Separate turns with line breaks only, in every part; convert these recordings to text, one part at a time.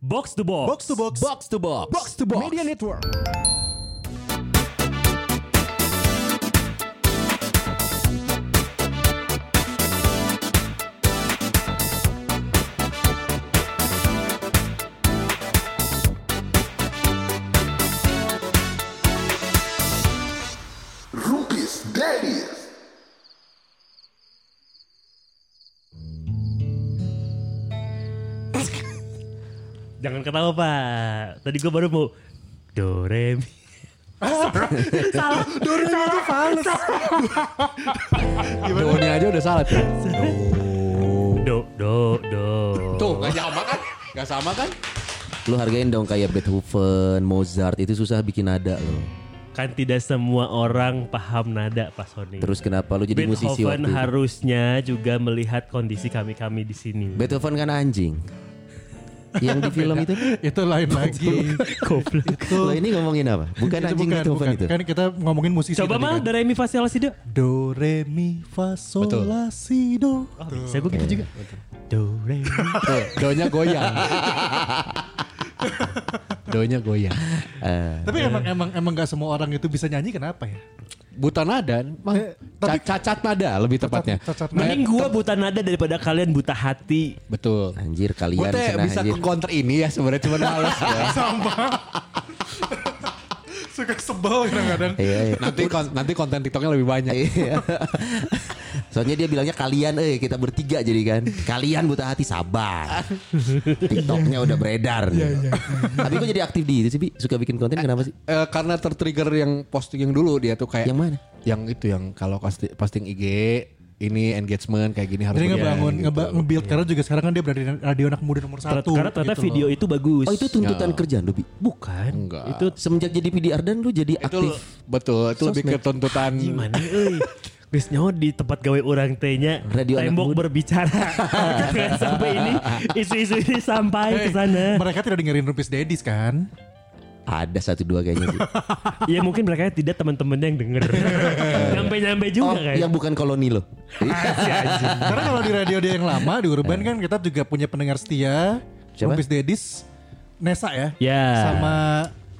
Box to box.
Box to box.
Box to box.
Box to box.
Media Network.
Rupis Daddies.
Jangan ketawa pak. Tadi gue baru mau do re mi. Salah.
Dornya itu fals.
Do-nya aja udah salah tuh.
Do do do.
Tuh gak sama kan? Gak sama kan?
Lu hargain dong kayak Beethoven, Mozart itu susah bikin nada lo.
Kan tidak semua orang paham nada Pak Sony.
Terus kenapa lu jadi musisi
Beethoven
waktu itu?
harusnya juga melihat kondisi kami-kami di sini.
Beethoven kan anjing. Yang di film itu. kan
Itu lain lagi.
Goblok.
Itu
Lo ini ngomongin apa? Bukan
itu
anjing Beethoven itu.
Kan kita ngomongin musisi
Coba
tadi
mah
kan.
do re mi fa sol la si do.
Do re mi fa sol
Betul.
la si do.
Oh, bisa gue gitu juga. Do re mi.
Tuh, donya goyang. donya goyang.
Eh.
Tapi
Iya.
emang emang emang gak semua orang itu bisa nyanyi kenapa ya?
Buta nada, mah,
Eh, tapi-
ca- cacat nada lebih tepatnya.
cacat nada.
Mending gue buta nada daripada kalian buta hati.
Betul. Iya,
Anjir
Gue
kalian
teh
cenah,
bisa
anjir.
ke counter ini ya sebenarnya cuman males ya.
Suka sebel kadang-kadang.
Iya, iya.
Nanti kon- nanti konten TikToknya lebih banyak.
Iya. Soalnya dia bilangnya kalian eh kita bertiga jadi kan. Kalian buta hati sabar. TikToknya udah beredar. nih. Tapi kok jadi aktif di itu sih, Bi? Suka bikin konten kenapa sih?
Eh, karena tertrigger yang posting yang dulu dia tuh kayak
Yang mana?
Yang itu yang kalau posting, posting IG ini engagement kayak gini harus
Jadi
begini,
ngebangun,
Iya,
gitu.
ngeba- nge-build karena juga sekarang kan dia berada di radio anak muda nomor satu.
Karena ternyata
gitu
video
loh.
itu bagus.
Oh, itu
Ya.
tuntutan kerjaan lu, Bi?
bukan.
Enggak.
Itu
Semenjak jadi PDR dan lu jadi
itu
aktif.
betul itu lebih ke tuntutan
gimana euy Geus nyaho di tempat gawe orang tehnya
Radio anak
tembok
muda.
berbicara. Jangan sampai ini isu-isu ini sampai ke sana.
Eh, Mereka tidak dengerin Rupis Dedis kan?
Ada satu dua kayaknya sih.
Ya mungkin mereka tidak teman-teman yang denger. Nyampe-nyampe
Iya,
Oh,
juga kayak.
yang bukan koloni lo.
Karena kalau di radio dia yang lama di Urban kan kita juga punya pendengar setia
Eh. Siapa?
Rupis Dedis Nesa ya.
Ya.
Sama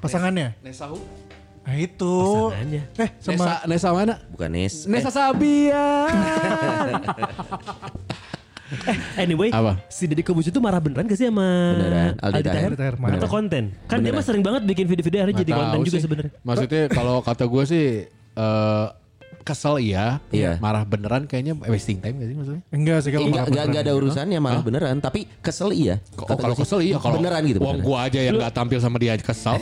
pasangannya. Nah itu.
Pasangannya.
Eh sama Eh,
Nesa, Nesa mana?
Bukan Nes.
Nesa Sabian.
Anyway,
Apa?
si Deddy Kobuzu itu marah beneran gak sih sama
Beneran, Aldi Taher?
Aldi Taher marah.
Atau konten? Kan dia mah sering banget bikin video-video akhirnya jadi
Nggak
konten
tahu
juga
sih.
sebenarnya.
Maksudnya kalau kata gue sih eh, kesel iya,
Iya.
marah beneran kayaknya wasting time gak sih maksudnya?
enggak sih
Eh, Enggak,
kalau marah
enggak,
beneran.
enggak ada urusannya malah beneran Tapi kesel iya
Kok
Kata
kalau
gua sih,
kesel iya kalau
Beneran gitu
Uang
beneran.
gua aja yang nggak tampil sama dia kesel.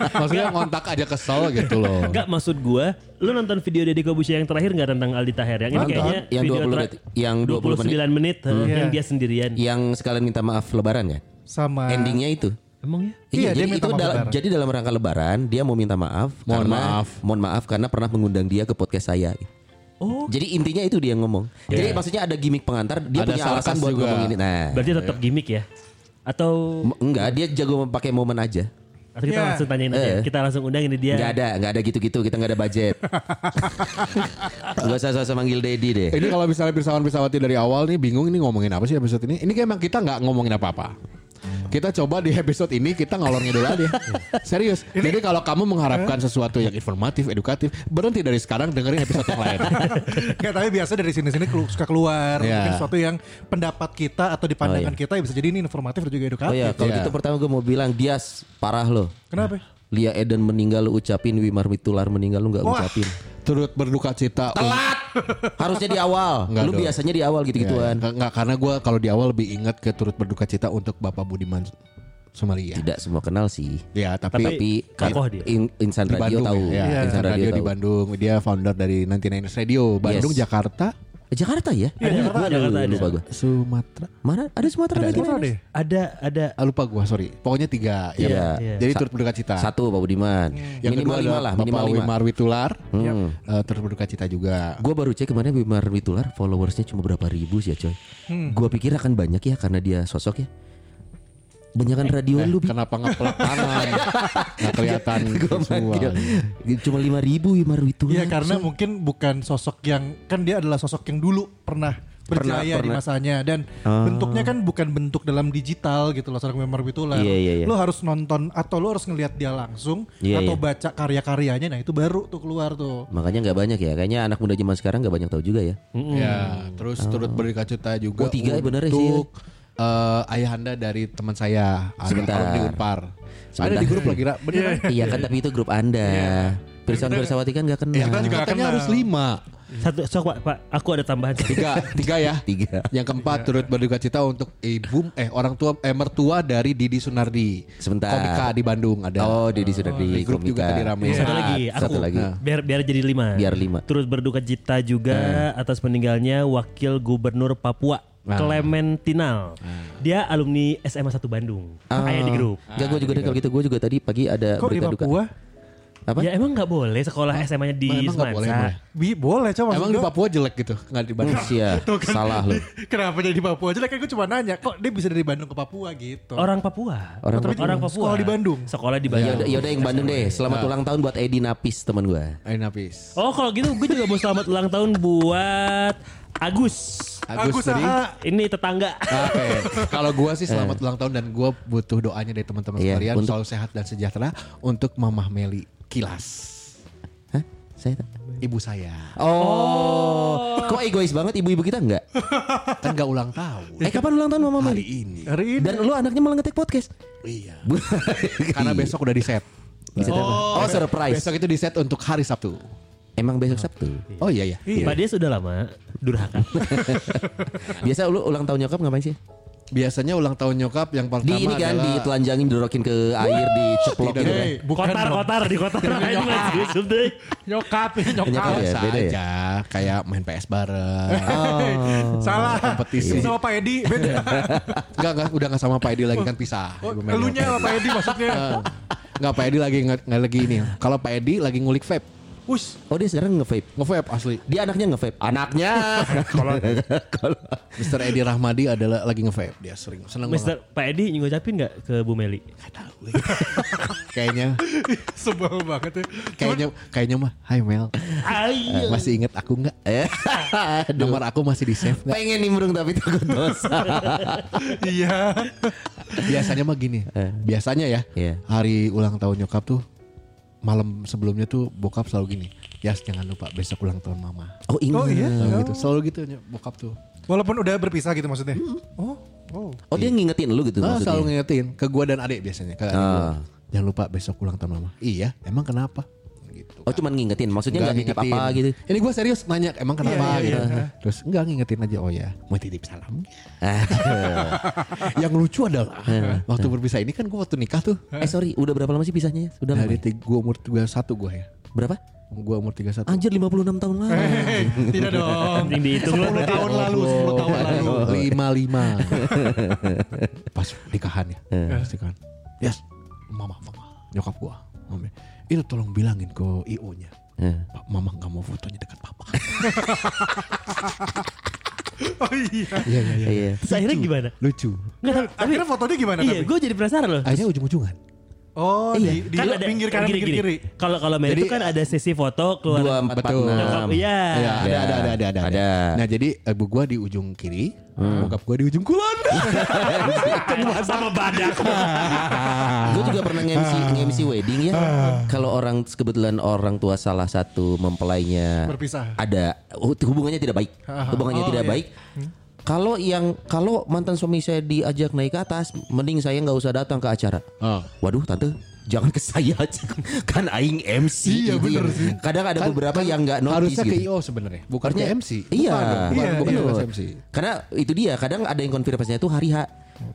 Maksudnya ngontak aja kesel gitu loh.
Enggak maksud gue, lu nonton video Deddy Kobuzu yang terakhir gak tentang Aldi Taher? Yang ini
Nonton.
kayaknya
Yang
video
20
terakhir-
detik- yang 20 menit. Hmm.
29 menit, eh, yang
Iya.
dia sendirian.
Yang sekalian minta maaf lebaran ya
Sama.
Endingnya itu
Emang ya?
Iya,
Iya,
dia
jadi
minta
itu
maaf
dalam,
lebaran.
jadi dalam rangka lebaran dia mau minta maaf
Mohon
karena
maaf.
mohon maaf karena pernah mengundang dia ke podcast saya.
Oh.
Jadi intinya itu dia ngomong. Jadi maksudnya ada gimmick pengantar, dia
Iya. Ada
punya alasan
sarkas
buat
juga.
ngomong ini. Nah,
Berarti tetap gimmick ya? Atau
m- enggak, dia jago memakai momen aja.
atau kita
Iya.
langsung tanyain aja, ya?
Eh.
kita langsung undang
Iya.
ini dia.
Enggak ada, enggak ada gitu-gitu, kita enggak ada budget. Enggak usah usah manggil Dedi deh.
Ini kalau misalnya pirsawan-pirsawati dari awal nih bingung ini ngomongin apa sih episode ini? Ini kayak emang kita nggak ngomongin apa-apa. Kita coba di episode ini kita ngalor ngidul aja. Serius. Jadi kalau kamu mengharapkan sesuatu yang informatif, edukatif, berhenti dari sekarang dengerin episode yang lain.
Enggak tapi biasa dari sini-sini kelu- suka keluar
Iya.
mungkin sesuatu yang pendapat kita atau di pandangan kita ya bisa jadi ini informatif dan juga edukatif.
iya. Oh ya, kalau
Iya.
gitu pertama gue mau bilang dia parah loh.
Kenapa?
Lia Eden meninggal lu ucapin, Wimar Mitular meninggal lu nggak
Wah.
ucapin.
Turut berduka cita. Telat. gitu,
Harusnya di awal.
Enggak
lu
dong. Iya,
biasanya di awal gitu-gituan.
Enggak Ya, karena gue kalau di awal lebih ingat ke turut berduka cita untuk Bapak Budiman Sumaria.
Tidak semua kenal sih.
Ya tapi,
tapi kan
kokoh dia.
in- insan
di
radio
Bandung
tahu
ya.
insan
Insan Radio, di
tahu.
Bandung. Dia founder dari 99 Radio Bandung,
Yes.
Jakarta,
Eh, Jakarta ya ada
Iya, Jakarta
gua
ada, Jakarta ada.
lupa gua
Sumatera.
mana ada Sumatera lagi
Kenapa deh?
Ada ada
Ah, lupa gua sorry. Pokoknya tiga.
Iya.
ya kan?
Iya.
Jadi
Sa-
turut berduka cita.
satu Pak Budiman minimal lima
kedua adalah
lah
Bapak
minimal lima Hmm.
Wimar Witular. Eh, turut berduka cita juga.
Gue baru cek kemarin Wimar Witular followersnya cuma berapa ribu sih ya coy
Hmm.
Gua pikir akan banyak ya karena dia sosok ya Banyakan
Eh,
radio
eh,
lu Bi.
Kenapa ngeplak tangan? Nggak kelihatan
Gua
semua. Iya,
manggil. Cuma lima ribu Wimar Witular
Iya karena mungkin bukan sosok yang kan dia adalah sosok yang dulu pernah
Pernah-
berjaya di
pernah. Ah.
masanya dan bentuknya kan bukan bentuk dalam digital gitu loh sarang memori bitular.
Iya, iya, iya.
Lo harus nonton atau lo harus ngelihat dia langsung
Iya,
atau
iya.
baca karya-karyanya nah itu baru tuh keluar tuh.
Makanya nggak banyak ya. Kayaknya anak muda zaman sekarang nggak banyak tahu juga ya.
Ya, terus turut berduka cita
Oh,
juga
tiga ya, bener ya sih ya.
untuk eh, ayahanda dari teman saya, anak
Sebentar.
alumni Unpar. Ada
Sebentar.
di grup lagi, Ra. bener kan?
iya kan tapi itu grup Anda. Pirsawan Pirsawati kan nggak kenal.
Iya, kita juga- Nggak
Katanya
kenal.
harus lima,
Satu, sok pak, pak, aku ada tambahan.
tiga, tiga ya.
Tiga.
Yang keempat turut berduka cita untuk ibu eh orang tua eh mertua dari Didi Sunardi.
Sebentar.
Komika di Bandung ada.
Oh, Didi sudah di,
Iya. Di grup juga
komika.
tadi rame.
Satu lagi, aku.
Satu lagi.
Nah.
Biar biar jadi lima.
Biar lima. Nah.
Turut berduka cita juga atas meninggalnya Wakil Gubernur Papua. Clementinal.
Nah.
Dia alumni SMA 1 Bandung.
Ah.
Ayah di grup.
Enggak, gue juga deh kalau gitu. Gue juga tadi pagi ada
Kok di
berita duka.
Papua?
Apa?
Ya emang nggak boleh sekolah SMA-nya di
Emang
Semansa.
nggak boleh, boleh.
Bi, boleh coba.
Emang di
maksud gua-
Papua jelek gitu, nggak di Bandung.
Manusia. Iya.
kan
Salah lu.
Kenapa jadi Papua aja? Kan gue cuma nanya kok dia bisa dari Bandung ke Papua gitu.
Orang Papua.
Orang
Tapi
Papua.
orang Papua.
Sekolah di Bandung.
Sekolah di
Ya
Bandung.
udah, ya udah yang Bandung deh. Selamat ulang tahun buat Edi Napis teman gue.
Ayo napis.
Oh kalau gitu gue juga mau selamat ulang tahun buat Agus.
Agus tadi.
Aha.
Ini tetangga.
Oke, kalau gua sih selamat ulang tahun dan gua butuh doanya dari teman-teman
Eh. Iya,
sekalian
untuk-
selalu sehat dan sejahtera untuk Mamah Meli Kilas,
Hah? Saya tak-
ibu saya.
Oh, kok egois banget ibu-ibu kita enggak?
Kan gak ulang tahun
Eh kapan ulang tahun Mama
hari
Meli?
ini.
Hari ini
Dan lu anaknya malah ngetek podcast.
Iya.
Bu-
Karena besok udah di set.
Bisa telepon. oh, surprise.
Besok itu di set untuk hari Sabtu.
Emang besok Sabtu.
Oh iya iya.
Pak dia sudah lama durhaka.
Biasa lu ulang tahun nyokap ngapain sih?
Biasanya ulang tahun nyokap yang pertama
Di ini kan
adalah
ditelanjangin dorokin ke air diceplok gitu kan.
Hey, bukan
kotar,
dong. Iya.
kotar di kotar. Main Mas Yusuf deh.
nyokap, eh, nyokap.
Nyokap ya,
biasa
beda ya. Oh.
aja kayak main PS bareng.
Hey, Salah.
Kompetisi.
Sama Pak Edi beda.
Enggak enggak udah enggak sama Pak Edi lagi kan pisah.
Oh,
Ibu Meli sama
elunya
Pak
sama Pak Edi maksudnya.
Enggak Pak Edi lagi nggak nggak lagi ini. Kalau Pak Edi lagi ngulik vape,
Uh. Us,
Oh dia sekarang nge-vape.
nge-vape asli.
Dia anaknya nge-vape. Anaknya. Kalau
Mr. Edi Rahmadi adalah lagi nge-vape dia sering. Seneng banget.
Mister Pak Edi ngucapin nggak ke Bu Meli?
Kayaknya
sebel banget ya.
kayaknya kayaknya mah, "Hai Mel,
Iya.
Ayo.
masih inget aku enggak?
Eh,
Nomor aku masih di save nggak?"
pengen nimbrung tapi takut dosa.
Iya.
Biasanya mah gini. Biasanya ya,
Eh. Iya.
hari ulang tahun nyokap tuh malam sebelumnya tuh bokap selalu gini. Yas jangan lupa besok ulang tahun mama.
Oh ingat.
Oh
Oh,
iya.
Selalu gitu. Selalu gitu ny- bokap tuh.
Walaupun udah berpisah gitu maksudnya. Oh, oh.
dia ngingetin lu gitu
Ah,
maksudnya.
selalu ngingetin ke gua dan adik biasanya. Ke adik gua.
Ah.
Jangan lupa besok ulang tahun mama. Iya, emang kenapa? Gitu.
Oh cuman ngingetin. Maksudnya
Nggak
nggak nitip
ngingetin.
apa gitu.
Ini gue serius nanya emang kenapa
Iya, iya,
gitu. Terus enggak ngingetin aja oh ya mau titip salam.
Ah.
Yang lucu adalah waktu berpisah ini kan gue waktu nikah tuh
eh sorry, udah berapa lama sih pisahnya? Udah lama.
dari
ya?
gue umur 31 gue ya.
Berapa?
Gue umur 31.
Anjir 56 tahun lalu.
Hey, Eh, tidak dong.
Penting dihitung Iya. lu
10
berarti.
tahun lalu,
Oh.
10 tahun lalu.
lima lima pas nikahan ya
Eh.
pas nikahan yes mama mama nyokap gua mami itu tolong bilangin ke io nya
Eh.
Pak, mama nggak mau fotonya dekat papa
Oh iya.
iya iya iya
Iya.
Terus akhirnya gimana?
lucu
Nggak, tapi,
Akhirnya fotonya gimana
iya,
tapi?
gue jadi penasaran loh.
akhirnya ujung ujungan
Oh, di,
Iya.
di
Kan ada- eh,
pinggir kanan,
gini,
pinggir
gini.
kiri.
Kalau kalau Meli itu kan ada sesi foto
Dua
keluar.
empat empat
Betul.
enam.
Iya.
Iya, ada,
Iya.
ada, ada, ada, ada,
Ada. Hmm.
Nah jadi ibu gua di ujung kiri, bokap gua di ujung kulon.
Iya.
Sama badak.
Nah.
Gue juga pernah nge-MC nge-MC wedding ya. Kalau orang kebetulan orang tua salah satu mempelainya
Berpisah.
Ada hu- hubungannya tidak baik. Hubungannya
Oh,
tidak
iya.
baik. Kalau yang kalau mantan suami saya diajak naik ke atas, mending saya nggak usah datang ke acara.
Oh.
Waduh, tante jangan ke saya kan aing MC.
Iya, bener sih.
ya. Kadang ada beberapa yang nggak notice
Kan Harusnya ke
gitu.
io sebenarnya, bukan
Harusnya-
ke MC.
Iya,
Bukan dong, bukan,
iya,
bukan
iya.
ke MC.
Karena itu dia kadang ada yang konfirmasinya itu hari H.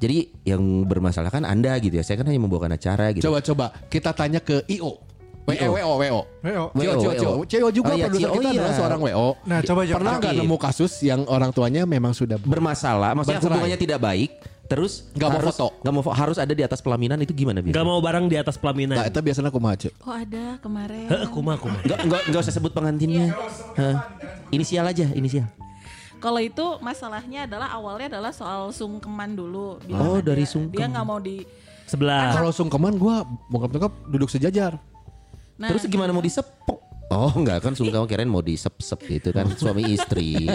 Jadi yang bermasalah kan Anda gitu ya. Saya kan hanya membawakan acara gitu.
Coba coba kita tanya ke IO. WO WO WO.
WO.
WO.
CEO, CEO. CEO E juga
Oh, iya,
produser
CEO,
kita adalah
iya.
seorang E WO.
Nah, coba jawab.
Pernah nggak
Oke.
nemu kasus yang orang tuanya memang sudah
bermasalah, maksudnya
Bercerai.
hubungannya tidak baik, terus
Nggak mau
harus-
foto.
nggak mau fo- harus ada di atas pelaminan itu
Gak
gimana biasanya?
mau barang di atas pelaminan.
Nah, itu biasanya aku maju.
Oh ada kemarin.
Heh, kuma kuma.
Nggak nggak nggak usah sebut pengantinnya.
Iya.
Hah? Inisial aja, inisial.
Kalau itu masalahnya adalah awalnya adalah soal sungkeman dulu. Bilang
Oh,
ada-
dari sungkem.
Dia nggak mau di.
Sebelah.
Ah.
Kalau sungkeman gue bokap bokap duduk sejajar.
Nah,
Terus gimana mau disepok? Oh enggak kan sungkem kirain mau disep-sep gitu kan suami istri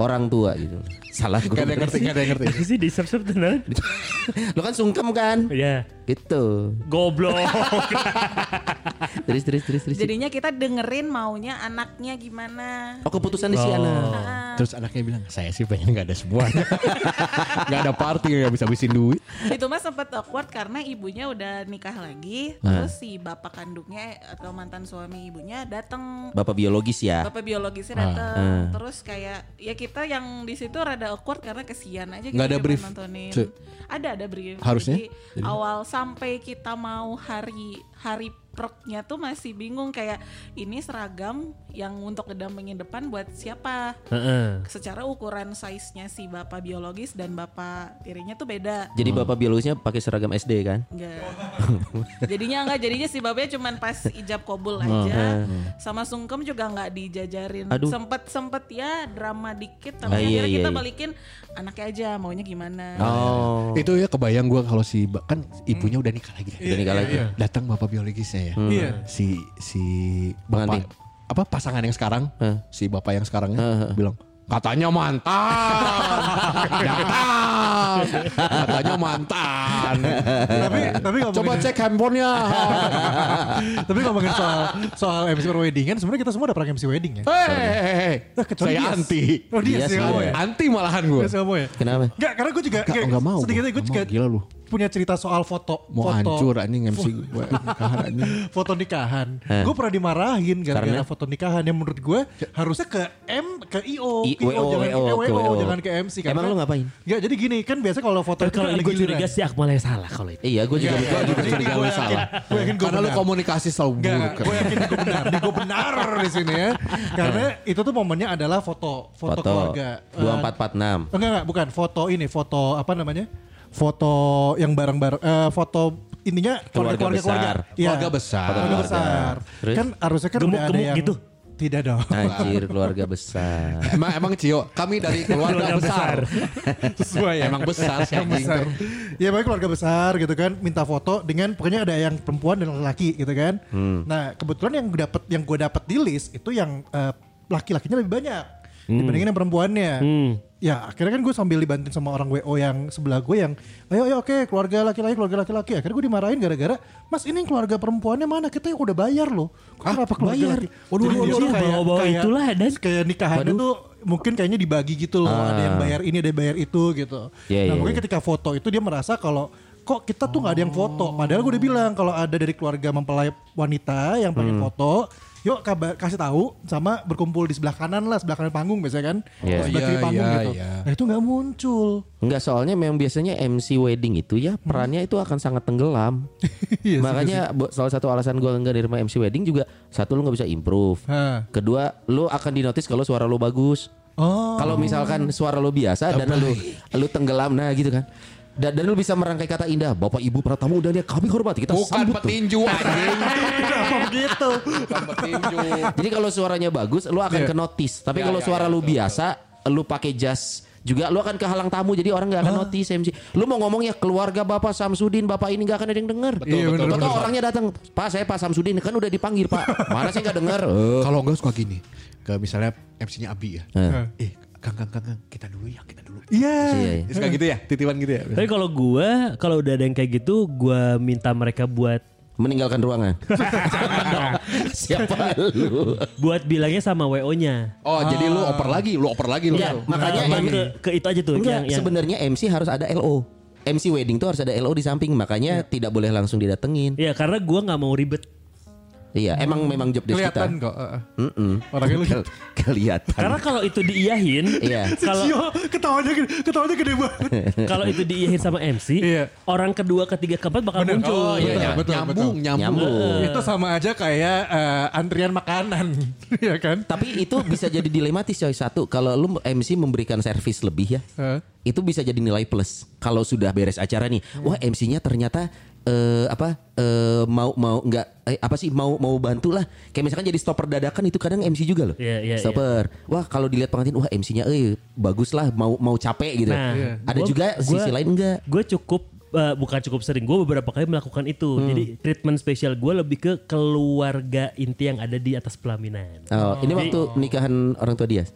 orang tua gitu salah gue
Gak ada yang ngerti, gak ada yang ngerti.
Apa sih di sub-sub
nah?
tenan?
lo kan sungkem kan
Ya.
gitu
Goblok.
terus terus terus terus
Jadinya kita dengerin maunya anaknya gimana. Nah,
oh keputusan di si anak
Terus anaknya bilang, saya sih pengen gak ada semuanya. gak ada party, gak bisa habisin duit.
Itu mah sempat awkward karena ibunya udah nikah lagi,
Nah.
terus si bapak kandungnya atau mantan suami ibunya datang
bapak biologis ya
bapak
Ah,
biologisnya datang terus kayak ya kita yang di situ rada awkward karena kesian aja
Nggak ada
cuma
brief,
nontonin
Ce.
ada ada brief
Harusnya?
Jadi, awal sampai kita mau hari hari proknya tuh masih bingung kayak ini seragam yang untuk ngedampingin depan buat siapa
Ah.
Heeh.
secara ukuran size-nya si bapak biologis dan bapak tirinya tuh beda
jadi bapak biologisnya pakai seragam SD kan
Enggak. jadinya enggak jadinya si babenya cuman pas ijab kobul
Hmm.
aja. Sama sungkem juga enggak dijajarin.
Eh. Aduh.
Sempet sempet ya drama dikit tapi
Ah, iya,
akhirnya
iya,
kita
iya.
balikin anaknya aja maunya gimana.
oh
Itu ya kebayang gue kalau si, ba- kan ibunya udah nikah lagi. ya.
udah nikah lagi
Datang bapak biologisnya ya.
Iya.
Si, si
Pengantin.
bapak, apa pasangan yang sekarang,
Hah.
si bapak yang sekarang ya, bilang, Katanya mantan, datang. Katanya mantan.
tapi tapi
Coba
ngomongin-
cek handphonenya.
tapi ngomongin soal soal MC weddingan kan, sebenarnya kita semua udah pernah MC wedding ya.
Hei,
Eh, kecuali
saya
Dias.
anti. Iya
Oh dia
Dias
sih
nggak
kamu
ada.
ya.
Anti malahan gue.
Dias kamu ya.
Kenapa?
Enggak, karena gue juga
Nggak, nggak mau
Sedikitnya
gua.
gue
Nggak
juga
mau, gila lu.
punya cerita soal foto foto,
Mau hancur anjing MC gue. Nikahan anjing.
foto nikahan. Gue pernah dimarahin gara-gara
Karena?
foto nikahan yang menurut gue harusnya ke M ke IO,
I-
ke
WO,
jangan
WO,
ke
ke
WO,
WO.
jangan ke MC
Emang lu ngapain?
Ya jadi gini kan biasa kalau foto
Tapi Eh,
itu
kalau
kan
ini
ada
gue
giliran.
curiga si Akmal yang salah kalau itu.
iya gue juga
Gua juga curiga lu salah. Gue yakin gue
Karena lu komunikasi selalu buruk.
Enggak, gue yakin gue benar. Gue benar di sini ya. Karena itu tuh momennya adalah foto, foto,
Nah. foto
keluarga.
dua
Eh,
empat empat enam
Enggak enggak bukan foto ini foto apa namanya? Foto yang bareng-bareng eh foto intinya
Keluarga
keluarga keluarga.
besar.
Iya.
Keluarga besar.
Keluarga
Keluarga
besar.
Terus? Nah,
Kan harusnya kan udah ada
Gemuk-gemuk
yang
gitu?
Tidak dong.
anjir keluarga besar
Emang emang Cio, kami dari keluarga
Keluarga
besar.
Sesuai ya.
Emang besar sih
Yang
anjing.
besar. Ya pokoknya keluarga besar gitu kan minta foto dengan pokoknya ada yang perempuan dan laki-laki gitu kan.
Hmm.
Nah, kebetulan yang gue dapat yang gue dapat di list itu yang eh, laki-lakinya lebih banyak
Hmm.
dibandingin yang perempuannya. Ya, akhirnya kan gue sambil dibantuin sama orang WO yang sebelah gue yang ayo ayo oke keluarga laki-laki keluarga laki-laki. Akhirnya gue dimarahin gara-gara Mas ini keluarga perempuannya mana? Kita yang udah bayar loh. Kok Kenapa
Ah,
keluarga
bayar?
laki?
Waduh,
Jadi
waduh,
dia
waduh,
tuh kayak-
bawa-bawa
kayak-
itulah, Dan.
kayak nikahannya tuh mungkin kayaknya dibagi gitu loh ada yang bayar ini ada yang bayar itu gitu
Ah. Iya,
nah
iya,
mungkin
iya.
ketika foto itu dia merasa kalau kok kita tuh nggak ada yang foto padahal gue udah bilang kalau ada dari keluarga mempelai wanita yang
Hmm.
pengen foto yuk kabar kasih tahu sama berkumpul di sebelah kanan lah sebelah kanan panggung biasanya kan
Iya.
Atau sebelah kiri
Iya,
panggung
iya,
gitu
iya.
nah itu nggak muncul
Enggak soalnya memang biasanya MC wedding itu ya perannya itu akan sangat tenggelam.
Iya sih,
Makanya bo- salah satu alasan gua enggak nerima MC wedding juga satu lu nggak bisa improve.
Ha.
Kedua, lu akan dinotis kalau suara lu bagus.
oh
Kalau misalkan suara lu biasa dan lu lu tenggelam nah gitu kan. Dan, dan lu bisa merangkai kata indah. Bapak Ibu para tamu dan ya kami hormati kita
Bukan
sambut tuh.
petinju anjing.
kenapa begitu
Bukan petinju.
Jadi kalau suaranya bagus lu akan
Iya.
ke notice. Tapi kalau suara lu biasa lu pakai jas juga lu akan kehalang tamu jadi orang nggak akan notice MC. Lu mau ngomongnya keluarga Bapak Samsudin, Bapak ini nggak akan ada yang dengar.
Iya, betul,
Betul,
betul.
orangnya datang, "Pak, saya Pak Samsudin kan udah dipanggil, Pak." Mana saya nggak dengar. Eh,
Kalau enggak suka gini. Ke misalnya MC-nya Abi ya. Eh, Kang Kang Kang Kang, kita dulu ya, kita dulu.
iya
Iya, iya.
Suka gitu ya, titipan gitu ya.
Tapi kalau gue, kalau udah ada yang kayak gitu, gue minta mereka buat
Meninggalkan ruangan. Siapa lu?
buat bilangnya sama WO-nya.
Oh, jadi lu oper lagi, lu oper lagi lu.
Iya, makanya
Nah,
yang-
ke, ke itu aja tuh
Enggak,
yang, yang
sebenarnya MC harus ada LO. MC wedding tuh harus ada LO di samping,
Iya.
makanya tidak boleh langsung didatengin.
ya karena gue nggak mau ribet.
Iya, emang memang job desk kita.
kelihatan kok eh.
Mm-mm.
orangnya lu
Kel- kelihatan.
Karena kalau itu diiyahin,
Iya.
kalau
Cio, ketawanya gede, ketawanya gede banget
kalau itu diiyahin sama MC,
Iya.
orang kedua, ketiga, keempat bakal
Bener.
muncul.
Oh, iya,
Betul,
iya. betul,
nyambung,
betul.
nyambung.
Nyambung.
itu sama aja kayak eh, antrian makanan ya kan
Tapi itu bisa jadi dilematis coy. Satu, kalau lu MC memberikan servis lebih ya,
Heeh.
itu bisa jadi nilai plus. Kalau sudah beres acara nih,
Iya.
wah MC-nya ternyata eh, apa eh, mau mau nggak eh, apa sih mau mau bantu lah. Kayak misalkan jadi stopper dadakan itu kadang MC juga loh.
Iya, iya,
stopper. Wah kalau dilihat pengantin, wah MC-nya, eh bagus lah mau mau capek gitu.
Nah, Iya.
Ada
gua-
juga
gua-
sisi lain enggak?
Gue cukup eh, bukan cukup sering. Gue beberapa kali melakukan itu. Jadi treatment spesial gue lebih ke keluarga inti yang ada di atas pelaminan.
Oh, ini waktu nikahan orang tua dia.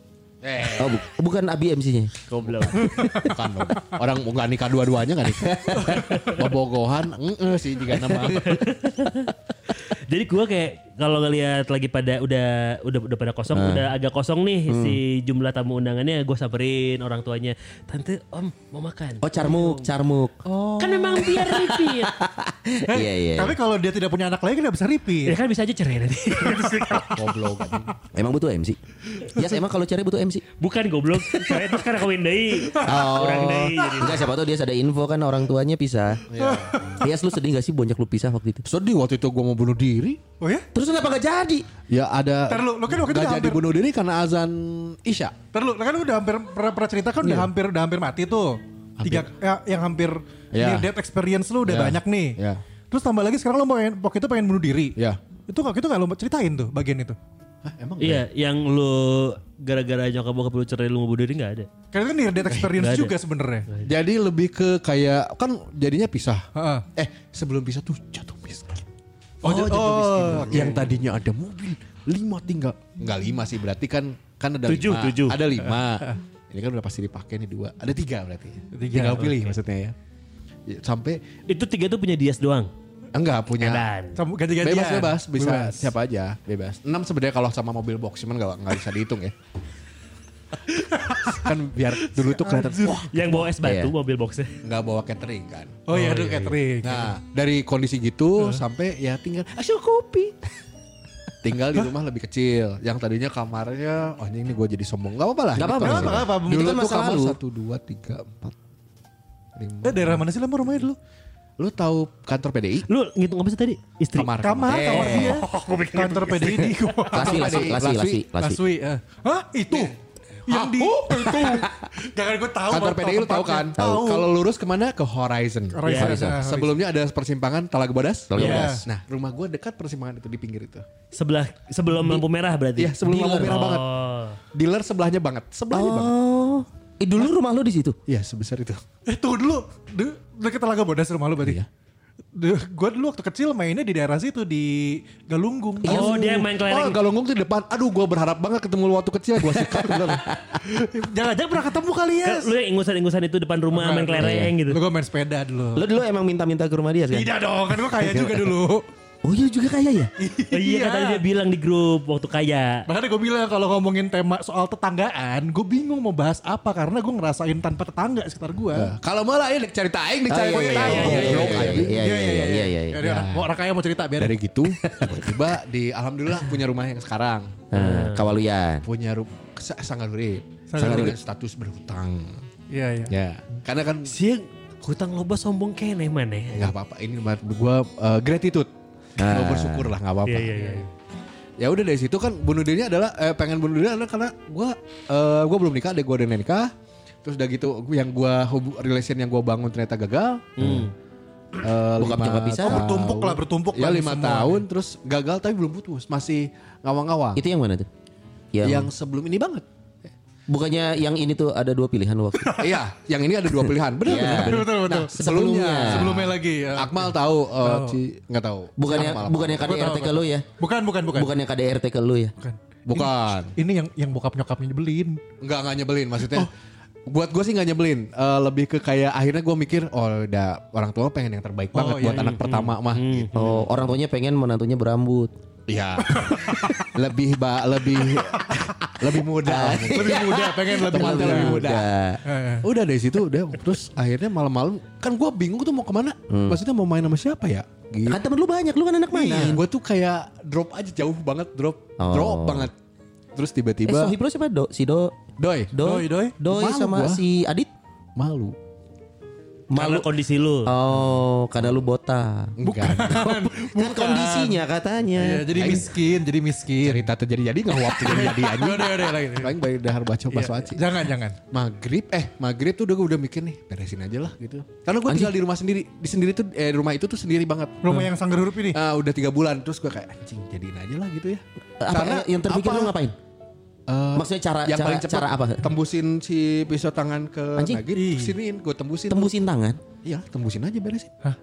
Oh, bu- bukan Abi MC-nya.
Goblok.
Bukan dong. Orang nggak nikah dua-duanya nggak nikah. Bobogohan, eh sih jika nama.
Jadi gue kayak kalau ngelihat lagi pada udah udah udah pada kosong,
Nah.
udah agak kosong nih
Hmm.
si jumlah tamu undangannya, gue samperin orang tuanya. Tante, om mau makan.
Oh, Carmuk, Carmuk.
Oh.
Kan memang biar repeat.
Iya, iya.
Eh, Tapi kalau dia tidak punya anak lagi nggak bisa
ya
repeat.
kan bisa aja cerai nanti.
Goblok. anjing.
Emang butuh MC? Ya, emang kalau cari butuh MC.
Bukan goblok, cerai terus karena kawin deui.
Oh.
Kurang deui jadi.
Enggak siapa tahu dia ada info kan orang tuanya pisah. Iya. lu sedih gak sih bonjak lu pisah waktu itu?
Sedih waktu itu gue mau bunuh diri.
Oh ya?
Terus kenapa gak jadi?
Ya ada.
Ntar lu, lu kan waktu itu
Nggak
udah
jadi
hampir-
bunuh diri karena azan isya.
Ntar lu, lu kan udah hampir pernah, pernah cerita kan udah hampir udah hampir mati tuh. Tiga ya, yang hampir
Ya.
near death experience lu udah
Ya.
banyak nih.
Ya.
Terus tambah lagi sekarang lu pengen waktu itu pengen bunuh diri.
Ya.
Itu waktu itu nggak lu ceritain tuh bagian itu.
Hah, emang
Iya, yang lu gara-gara nyokap bokap lu cerai lu mau bunuh diri nggak ada.
Karena itu kan near death experience
nggak ada.
juga sebenarnya.
Jadi lebih ke kayak kan jadinya pisah.
Heeh.
Eh sebelum pisah tuh jatuh miskin.
Oh, jat- oh, oke.
Yang tadinya ada mobil lima tinggal. Enggak lima sih berarti kan kan ada
Tujuh,
lima.
tujuh.
Ada lima. Ini kan udah pasti dipakai nih dua. Ada tiga berarti. Tiga, pilih maksudnya ya. Ya, Sampai
Itu tiga tuh punya Dias doang.
enggak punya.
Dan
Sama ganti-gantian.
Bebas bebas bisa
Bebas.
siapa aja bebas. Enam sebenarnya kalau sama mobil box cuman enggak nggak bisa dihitung ya. kan biar dulu tuh kelihatan wah
yang bawa es batu
Iya.
mobil boxnya.
nggak bawa catering kan.
Oh iya, aduh catering.
Nah, dari kondisi gitu sampai ya tinggal asyik kopi. tinggal di rumah lebih kecil. Yang tadinya kamarnya, oh ini gue jadi sombong. Gak apa-apa lah.
Nggak apa-apa,
Gitu.
nggak apa-apa.
Dulu
Itu kan
tuh
masa
kamar
lalu.
satu, dua, tiga, empat, lima.
Eh, daerah mana sih lama rumahnya dulu?
Lu tahu kantor PDI?
Lu ngitung apa sih tadi? Istri.
Kamar.
Kamar,
Eh,
kamar dia. Oh, Kantor PDI di gua.
Lasi, lasi, lasi, lasi, lasi.
gitu. Laswi. eh. Hah, itu? Yang di
oh,
itu. Jangan gue tahu.
Kantor
Bang,
PDI lu tahu kan?
tempatnya. Tahu.
Kalau lurus kemana? Ke Horizon.
Horizon,
Horizon.
ah, Horizon.
Sebelumnya ada persimpangan Talaga Bodas.
Talaga
Iya.
Bodas.
Nah, rumah gue dekat persimpangan itu di pinggir itu.
Sebelah sebelum lampu merah berarti.
Iya, sebelum lampu merah banget.
Oh.
Dealer sebelahnya banget. Sebelahnya banget.
Oh. Eh, dulu rumah lu di situ.
Iya, sebesar itu.
Eh tuh dulu de, deket Telaga Bodas rumah
Iya.
lu berarti. De, gue dulu waktu kecil mainnya di daerah situ di Galunggung. Iya.
Oh, dia yang main
Oh,
kelereng.
Galunggung tuh di depan. Aduh, gue berharap banget ketemu lu waktu kecil. Gue sikat bener.
Jangan-jangan pernah ketemu kali ya.
Kan Lu yang ingusan-ingusan itu depan rumah main kelereng gitu.
Lu gue main sepeda dulu.
Lu dulu emang minta-minta ke rumah dia kan?
Tidak dong, kan gue kaya juga dulu.
Oh iya juga kaya ya?
Oh, iya kan tadi dia bilang di grup waktu kaya.
Makanya gue bilang kalau ngomongin tema soal tetanggaan, gue bingung mau bahas apa karena gue ngerasain tanpa tetangga sekitar gue.
Nah,
Kalau malah ya dek cerita aing, dek
Oh,
cerita
iya,
aing.
iya, iya,
Goblok,
iya,
anjing.
iya, iya, iya, iya, iya, iya.
Yaudah, Mau orang kaya mau cerita biar.
Dari gitu, tiba-tiba di alhamdulillah punya rumah yang sekarang.
Nah, Kawaluyan.
Punya rumah sangat urip.
Sangat
Sangat
urip.
dengan status berhutang.
Iya iya.
Ya, karena kan
Sia hutang loba sombong kene mana.
Ya, nggak apa-apa. Ini gue gratitude.
Nah.
Gue bersyukur lah, nggak apa-apa.
Iya iya iya.
ya udah dari situ kan bunuh dirinya adalah eh, pengen bunuh diri adalah karena gue gue belum nikah ada gue udah nikah terus udah gitu yang gue relation yang gue bangun ternyata gagal Eh,
Hmm. Bokap
lima
nyokap bisa.
tahun.
Oh, bertumpuk lah, bertumpuk
ya
lah
lima
semua.
tahun terus gagal tapi belum putus masih ngawang-ngawang
Itu yang mana tuh? Yang,
yang sebelum ini banget
bukannya yang ini tuh ada dua pilihan waktu.
Iya, yang ini ada dua pilihan. Benar,
Iya.
benar.
Betul, betul.
Nah, sebelumnya,
Sebelumnya.
Sebelumnya lagi. ya.
Akmal tahu, eh, Ci nggak tahu.
Bukannya
Akmal, Akmal.
bukannya KDRT ke lu ya?
Bukan bukan bukan.
Bukannya KDRT ke lu ya?
Bukan.
bukan.
Ini yang yang bokap nyokapnya dibeliin.
Enggak nggak nyebelin maksudnya. Buat gue sih nggak nyebelin. Eh, lebih ke kayak akhirnya gue mikir oh udah orang tua pengen yang terbaik banget
iya,
buat anak pertama mah. gitu.
Oh, orang tuanya pengen menantunya berambut.
Iya. lebih ba lebih lebih muda.
Lebih muda, pengen lebih
Tempatnya
muda.
lebih muda. Udah dari situ udah terus akhirnya malam-malam kan gue bingung tuh mau kemana. Maksudnya mau main sama siapa ya? Gitu.
Hmm. Kan temen lu banyak, lu kan anak mana?
Gue tuh kayak drop aja jauh banget drop
Oh.
drop banget. Terus
Eh,
tiba-tiba
Sohib lu siapa? Do, si Do,
doi
Do,
Doi, Doi.
Malu
sama
gua.
si Adit.
malu.
Malu kondisi lu.
Oh, karena lu botak.
Enggak.
Bukan kondisinya
Iya,
katanya.
jadi miskin, jadi miskin.
cerita terjadi jadi nggak uap terjadi jadi aja.
Udah, udah, lagi.
Paling bayi dahar baca pas
iya,
waci.
Jangan, jangan.
Maghrib eh maghrib tuh udah gue udah mikir nih beresin aja lah gitu. Karena gue tinggal di rumah sendiri di sendiri tuh eh rumah itu tuh sendiri banget.
Rumah yang sanggar huruf ini.
Ah, udah tiga bulan terus gue kayak anjing jadiin aja lah gitu ya.
Eh, Apa yang terpikir
apa-
lu ngapain?
Eh,
Maksudnya cara-
yang
cara-
paling cepat
cara apa?
Tembusin si pisau tangan ke
Anjing.
Anjing. Nagit, kesiniin gue tembusin.
Tembusin tangan.
Iya, tembusin aja beresin. Nah,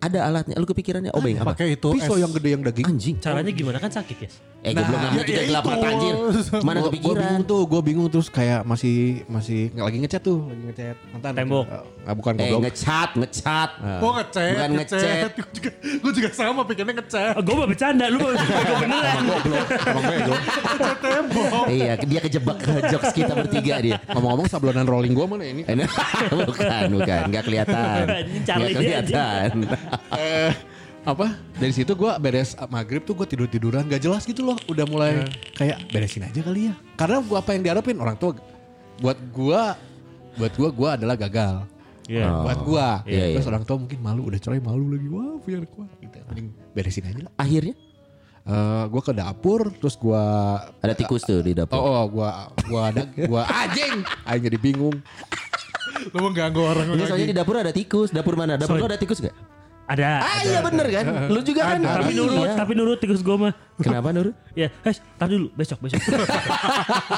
Ada alatnya. Lu kepikirannya obeng Oh, apa?
Pakai itu
Pisau
es.
yang gede yang daging.
Anjing.
Caranya gimana kan sakit ya?
Eh goblok
Nah,
namanya
ya,
juga
ya
gelap
itu.
mata anjir. Mana
Gua- gua
kepikiran?
bingung tuh, gue bingung terus kayak masih masih nggak lagi ngecat tuh, lagi ngecat. Mantan.
Tembok.
Ah, bukan
Eh
goblok.
ngecat, ngecat.
Oh ngecat,
Bukan ngecat.
Gue juga, gua juga sama pikirnya ngecat.
gue mau Ah, bercanda, lu mau gue beneran.
Emang bego.
Iya, dia kejebak ke jokes kita bertiga dia.
Ngomong-ngomong sablonan rolling gue mana ini?
Ini- bukan, bukan, nggak kelihatan.
Anjing, Charlie
Nggak
dia,
kelihatan.
eh apa dari situ gue beres maghrib tuh gue tidur tiduran gak jelas gitu loh udah
Eh.
mulai kayak beresin aja kali ya karena gua apa yang diharapin orang tua buat gue buat gue gue adalah gagal Eh,
Iya.
Oh.
buat gue
Iya,
terus
iya.
orang tua mungkin malu udah cerai malu lagi wah punya anak gua gitu mending beresin aja lah
Akhirnya
Eh gue ke dapur terus gue
ada tikus tuh di dapur.
oh, oh gue gue ada gue anjing anjing jadi bingung
Lu mau ganggu
Ini
orang
Iya, soalnya
lagi.
di dapur ada tikus. Dapur mana? Dapur lu ada tikus gak?
Ada.
Ah iya bener kan? Lu juga kan?
Tapi
Iya.
nurut, tapi nurut tikus gue mah.
Kenapa Nur?
Ya, eh, tar dulu, besok, besok.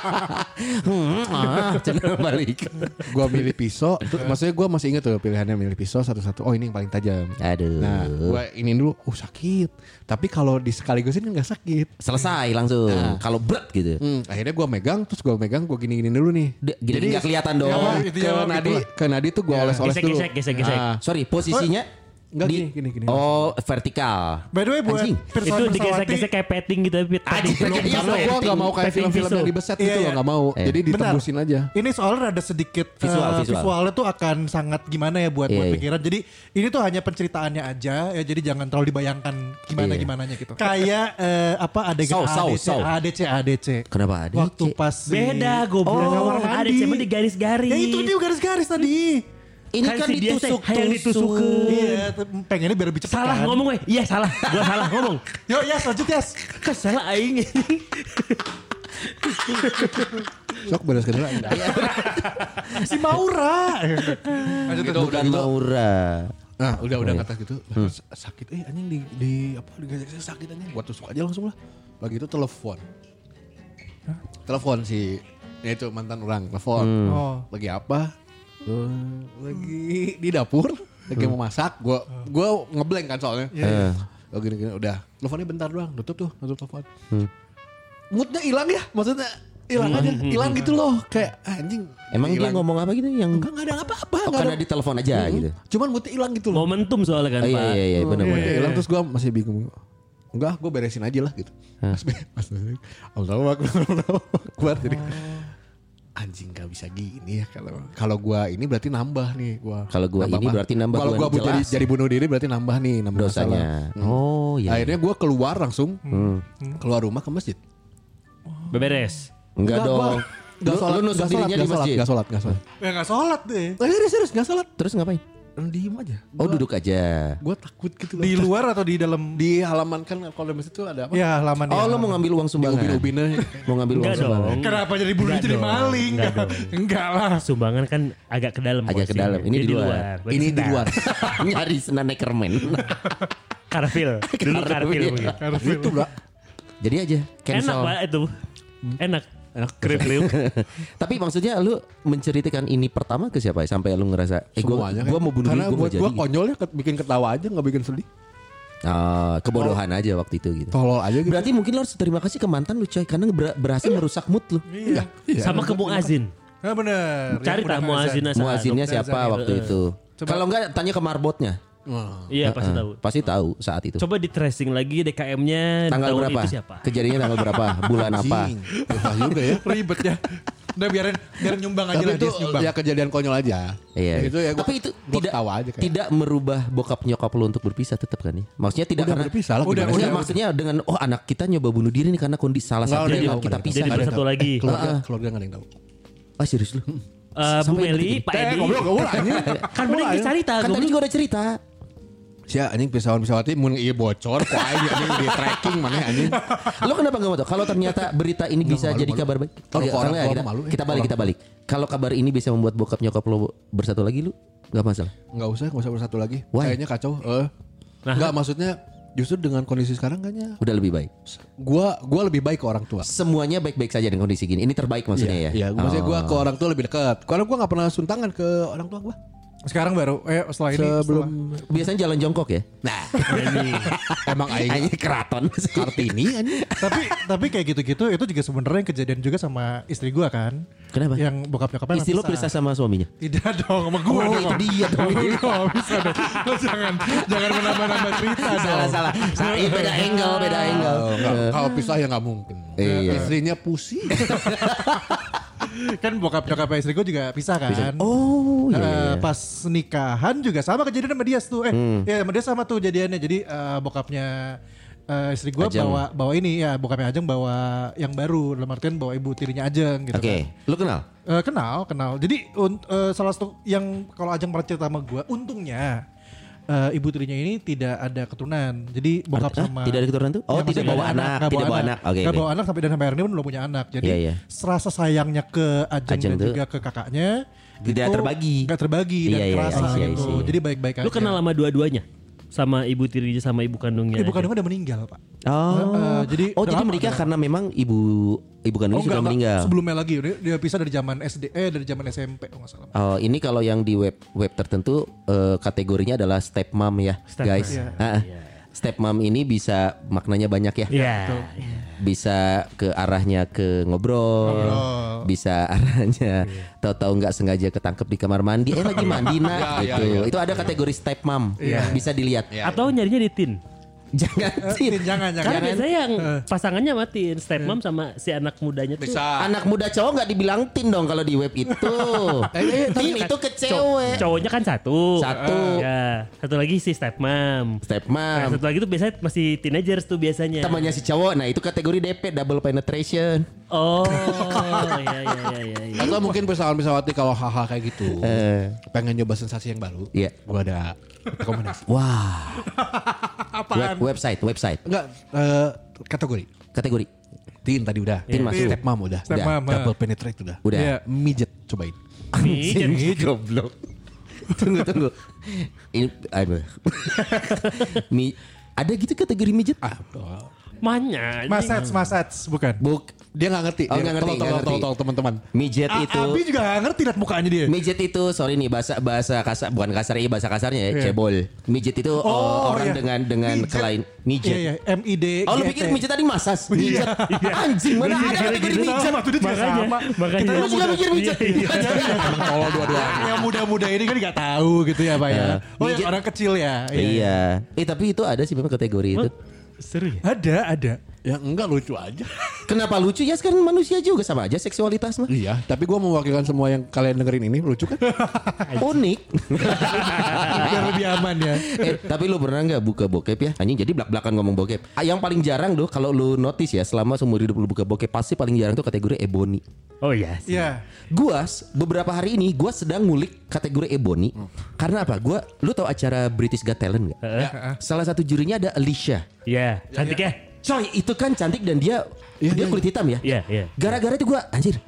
Hmm, ah, channel balik.
gue milih pisau terus maksudnya gue masih inget tuh pilihannya milih pisau satu-satu oh ini yang paling tajam
Aduh.
Nah, gue ini dulu, oh sakit. Tapi kalau di sekaligusin kan gak sakit.
Selesai langsung. Kalau berat gitu.
Hmm, akhirnya gue megang, terus gue megang, gue gini-gini dulu nih.
D- Gini Jadi, gak kelihatan dong.
Apa?
Ke
Itu ya, gitu
nadi,
lah.
ke nadi tuh gue oles-oles
Gesek,
dulu.
gesek, gesek, gesek.
Nah,
Ah, Sorry, posisinya
Enggak,
di-
gini, gini, gini.
Oh, vertikal.
By the way buat
Anjing.
Pirsawan
Itu
Pirsawati,
digesek-gesek kayak petting gitu. Pet,
Anjing,
petting.
iya,
karena gue gak mau kayak
Petting
film-film
pisau.
yang dibeset
Iya,
gitu
iya.
loh, gak mau.
Eh.
Jadi
Benar.
ditembusin aja.
Ini soalnya ada sedikit eh,
Visual,
visual,
visual.
visualnya tuh akan sangat gimana ya buat buat
Iya, iya.
pikiran. Jadi ini tuh hanya penceritaannya aja ya jadi jangan terlalu dibayangkan gimana gimananya gitu. Kayak eh, apa adegan
Iya. Saw, saw,
ADC,
saw.
ADC ADC.
Kenapa ADC?
Waktu pas Oh, si-
Beda, goblok.
Di kamar mandi.
ADC mah digaris-garis.
Ya itu dia garis-garis tadi.
Ini
Kan
kan
si dia teh,
ditusuk-tusuk.
yang ditusuk.
Iya, t- pengennya biar lebih cepat.
Salah
kan.
ngomong, weh. Iya, salah. Gue salah ngomong.
Yuk, Yas, lanjut Yas.
Kesel aing.
Sok beres kedua.
Si Maura. lanjut
Gitu,
lanjut.
udah
Bukan
gitu.
Maura.
Nah, udah
oh,
udah
iya.
ngatas gitu.
Hmm.
Lah, Sakit, eh anjing di, di apa, digesek sakit anjing. Gue tusuk aja langsung lah. Lagi itu telepon. Telepon si, ya itu mantan orang, telepon.
Hmm.
Oh.
lagi apa Eh, lagi di dapur lagi
Hmm.
mau masak gua gua ngeblank kan soalnya oh gini gini udah teleponnya bentar doang tutup tuh tutup telepon
Hmm.
moodnya hilang ya maksudnya hilang aja hilang gitu loh kayak anjing
Emang dia
hilang.
ngomong apa gitu yang
enggak nggak ada apa-apa
Oh,
nggak
karena
ada- Hmm.
ditelepon aja gitu.
cuman moodnya hilang gitu loh
Momentum soalnya kan,
Oh, iya
Pak.
iya iya benar
Moodnya
benar.
hilang terus gua masih bingung enggak gua beresin aja lah gitu mas be mas be Allahu Akbar, Allahu Akbar. jadi anjing gak bisa gini ya kalau kalau gua ini berarti nambah nih gua
Kalau gua ini
ma-
berarti nambah
kalau
gua
gua
yang
jadi
jelas.
jadi bunuh diri berarti nambah nih nambah
Dosanya.
masalah. Hmm.
Oh iya. Hmm.
akhirnya gua keluar langsung keluar rumah ke masjid
Beberes.
Enggak
Nggak,
dong.
gak
Lu,
sholat,
lu nusuk
nggak sholat,
dirinya di
nggak sholat,
masjid.
nggak sholat, nggak sholat.
Ya nggak sholat deh.
Eh, serius, serius, nggak sholat.
Terus ngapain?
Diem aja.
Oh duduk aja.
Gue takut gitu. loh.
Di luar atau di dalam?
di halaman kan kalau di masjid itu ada apa?
Ya, halaman
Oh
ya.
lu mau ngambil uang sumbangan.
ubin-ubinnya.
Mau ngambil uang
Enggak
sumbangan.
dong.
Kenapa jadi bunuh
Enggak
jadi
dong,
maling?
enggak dong.
Enggak lah.
Sumbangan kan agak ke dalam
Agak ke
porsinya.
dalam. Ini di luar. nah,
Berarti
Ini di
sedang.
luar.
Nyari senan nekermen.
Karfil. Dulu karfil.
Karfil.
mungkin.
Itu bro.
Jadi aja
Enak,
cancel.
Pak, itu. Enak.
Enak.
Kriuk-kriuk.
Tapi maksudnya lu menceritakan ini pertama ke siapa? Sampai lu ngerasa eh gua,
Semuanya
gua
kan.
mau bunuh diri
Karena
gua mau
buat
jadi.
gua konyolnya ket- bikin ketawa aja nggak bikin sedih.
Ah, kebodohan aja waktu itu gitu.
Tolol aja gitu.
Berarti mungkin lu harus terima kasih ke mantan lu coy karena ber- berhasil merusak mood lu.
ya,
Iya.
Sama ke muazin.
Nah bener.
Cari
Yang
tak
udah
muazin asal.
Muazinnya
Dokter
siapa
Zahir,
waktu
eh.
itu? Kalau enggak tanya ke marbotnya.
Iya pasti
Eh,
tahu.
Pasti tahu saat itu.
Coba di tracing lagi DKM-nya
tanggal
tahun
berapa?
itu siapa?
Kejadiannya tanggal berapa? Bulan apa?
Wah juga ya.
Ribet ya. Udah biarin biarin nyumbang aja
Tapi
lah
itu
dia nyumbang.
ya kejadian konyol aja.
Iya.
Itu ya gua,
Tapi itu
gua
tidak
ketawa aja kayak.
tidak merubah bokap nyokap lu untuk berpisah tetap kan ya? Maksudnya tidak
Udah
karena
berpisah lah,
Udah,
gimana
udah,
sih?
maksudnya dengan oh anak kita nyoba bunuh diri nih karena kondisi salah
Nggak,
satu
udah
dari
tahu,
kita
udah
pisah.
Jadi
Ada
bersatu
tahu.
lagi.
Keluarga keluarga nggak ada yang tahu.
Ah serius lu?
Eh, Bu
Sampai
Meli,
detik-
Pak
Eh,
Edi.
goblok, goblok, anjing.
Kan bener kita cerita.
Kan tadi
goblok.
juga udah cerita.
Si anjing pisawan-pisawati mun iya bocor kok aja anjing di tracking mana anjing.
Lo kenapa gak mau tau? Kalau ternyata berita ini bisa
malu,
jadi
malu.
kabar baik.
Kalau
Iya,
ke orang
karena
tua
kita,
mah malu, ya.
kita balik,
Orang-
kita balik. Kalau kabar ini bisa membuat bokap nyokap lo bersatu lagi lu gak masalah.
Nggak usah, nggak usah bersatu lagi.
Why? Nah.
Kayaknya kacau. Eh. Nggak maksudnya justru dengan kondisi sekarang kayaknya
Udah lebih baik.
gua gua lebih baik ke orang tua.
Semuanya baik-baik saja dengan kondisi gini. Ini terbaik maksudnya ya.
Iya, gua- maksudnya gue ke orang tua lebih dekat. Karena gue gak pernah suntangan ke orang tua gue.
Sekarang baru eh setelah ini
Sebelum
Oh. Biasanya jalan jongkok ya. Nah,
emang
ini
aing
keraton Kartini anjing.
setelah. tapi tapi kayak gitu-gitu itu juga sebenarnya yang kejadian juga sama istri gua kan.
Kenapa?
Yang bokap nyokapnya
Istri lo
langsung
pisah
pisah.
sama suaminya.
Tidak dong sama gua
Oh,
dong.
itu dia dong.
Sama gua, bisa dong. Lo jangan jangan menambah-nambah cerita dong.
Salah salah. Salah, iya, beda angle, beda angle.
Oh, kalau pisah ya nggak mungkin.
Iya.
Istrinya pusing.
Kan bokap nyokapnya istri gua juga pisah kan.
Oh, iya. iya, Hmm.
Eh,
iya.
pas nikahan juga sama kejadian sama dia tuh. Eh, ya sama dia sama tuh jadiannya. Jadi eh, bokapnya eh, istri gua
Ajeng.
bawa bawa ini ya bokapnya Ajeng bawa yang baru dalam artian bawa ibu tirinya Ajeng gitu
Oke,
kan.
lo kenal?
Eh, kenal, kenal. Jadi un- eh, salah satu yang kalau Ajeng pernah cerita sama gua, untungnya eh, ibu tirinya ini tidak ada keturunan. Jadi bokap
Hah?
sama
Tidak ada keturunan tuh? Oh, tidak
Ya, maksudnya
bawa
nggak ada
anak,
nggak
tidak bawa anak. Oke,
Nggak
oke.
bawa anak sampai dan sampai hari ini pun belum punya anak. Jadi
Iya, iya.
serasa sayangnya ke Ajeng,
Ajeng
dan
tuh
juga ke kakaknya
tidak terbagi.
Tidak terbagi dan
Iya, iya,
kerasa
iya, iya,
gitu.
iya, iya.
Jadi baik-baik aja.
Lu kenal sama dua-duanya? Sama ibu tirinya sama ibu kandungnya.
Iya,
Ibu
aja?
kandungnya udah meninggal, Pak.
Oh,
Eh, jadi
oh
udah
jadi
lama
mereka
dong.
karena memang ibu ibu
Oh,
kandungnya sudah meninggal.
Oh, Sebelumnya lagi dia, dia pisah dari zaman SD eh dari zaman SMP kalau nggak salah.
Oh, ini kalau yang di web web tertentu eh, kategorinya adalah step mom ya,
Step
guys.
mom. iya.
Ah, ah. Step mom ini bisa maknanya banyak ya.
Iya.
Bisa ke arahnya ke ngobrol, bisa arahnya
Iya.
tahu-tahu nggak sengaja ketangkep di kamar mandi, eh lagi mandi nak
Ya, ya,
gitu.
ya.
Itu ada kategori step mom. Bisa dilihat.
Iya. Atau nyarinya di tin.
Jangan sih.
Tin, jangan, jangan.
Karena
Jangan.
biasanya yang pasangannya matiin stepmom sama si anak mudanya tuh.
Bisa.
Anak muda cowok nggak dibilang tin dong kalau di web itu.
Eh,
tin itu ke
Cow-
cewek.
cowoknya kan satu.
Satu.
Ya, satu lagi si stepmom.
Step
Nah,
mom.
satu lagi tuh biasanya masih teenagers tuh biasanya.
Temannya si cowok. Nah, itu kategori DP double penetration.
Oh, iya iya iya iya. iya.
Atau mungkin pesawat-pesawatnya kalau hal-hal kayak gitu pengen nyoba sensasi yang baru.
Eh. Iya.
Gua ada rekomendasi.
Wah. Web- website, website.
Enggak eh, kategori.
Kategori.
Tin tadi udah.
Tin masuk.
Step mom udah.
Step
udah.
mom, ha.
Double penetrate udah.
Udah.
Iya.
Midget cobain.
Nih,
Ini goblok. tunggu, tunggu. Ini aduh. Mi, ada gitu kategori midget?
Ah,
Manya.
Masats, masats, bukan.
Buk.
dia nggak ngerti.
Oh, nggak ngerti,
Tolong,
nggak
tolong,
ngerti.
tolong, tolong, teman-teman.
Midget
A-
itu.
Abi juga nggak ngerti lihat mukanya dia.
Midget itu sorry nih bahasa bahasa kasar bukan kasar iya bahasa kasarnya ya cebol. Midget itu uh, orang
iya.
dengan dengan
Midget.
kelain midget.
Iya, iya, M I D.
Oh lu pikir midget tadi masas? Midget. Anjing mana
Iya,
ada kategori midget.
gitu. Sama, tuh dia juga
Makanya,
sama.
makanya. Iya.
Lu juga
iya.
mikir midget.
Emang tolol dua-duanya.
yang muda-muda ini kan nggak tahu gitu ya, Pak ya.
Eh.
Oh, yang
Midget.
orang kecil ya.
Iya. Eh tapi itu ada sih memang kategori itu.
Seru ya.
Ada, ada.
Ya enggak lucu aja.
Kenapa lucu ya sekarang manusia juga sama aja seksualitas mah.
Iya, tapi gua mewakilkan semua yang kalian dengerin ini lucu kan?
Iya.
Unik. Ah,
Biar lebih aman ya.
eh, tapi lu pernah nggak buka bokep ya? Anjing jadi belak-belakan ngomong bokep. Ah, Yang paling jarang tuh kalau lu notice ya selama seumur hidup lu buka bokep pasti paling jarang tuh kategori ebony.
Oh iya. sih.
Iya.
Gua s- beberapa hari ini gua sedang ngulik kategori ebony. Karena apa? Gua lu tahu acara British Got Talent nggak? Salah satu jurinya ada Alicia.
Iya, cantik ya.
Coy, itu kan cantik dan dia dia kulit hitam ya.
Iya, iya.
Gara-gara itu gua anjir.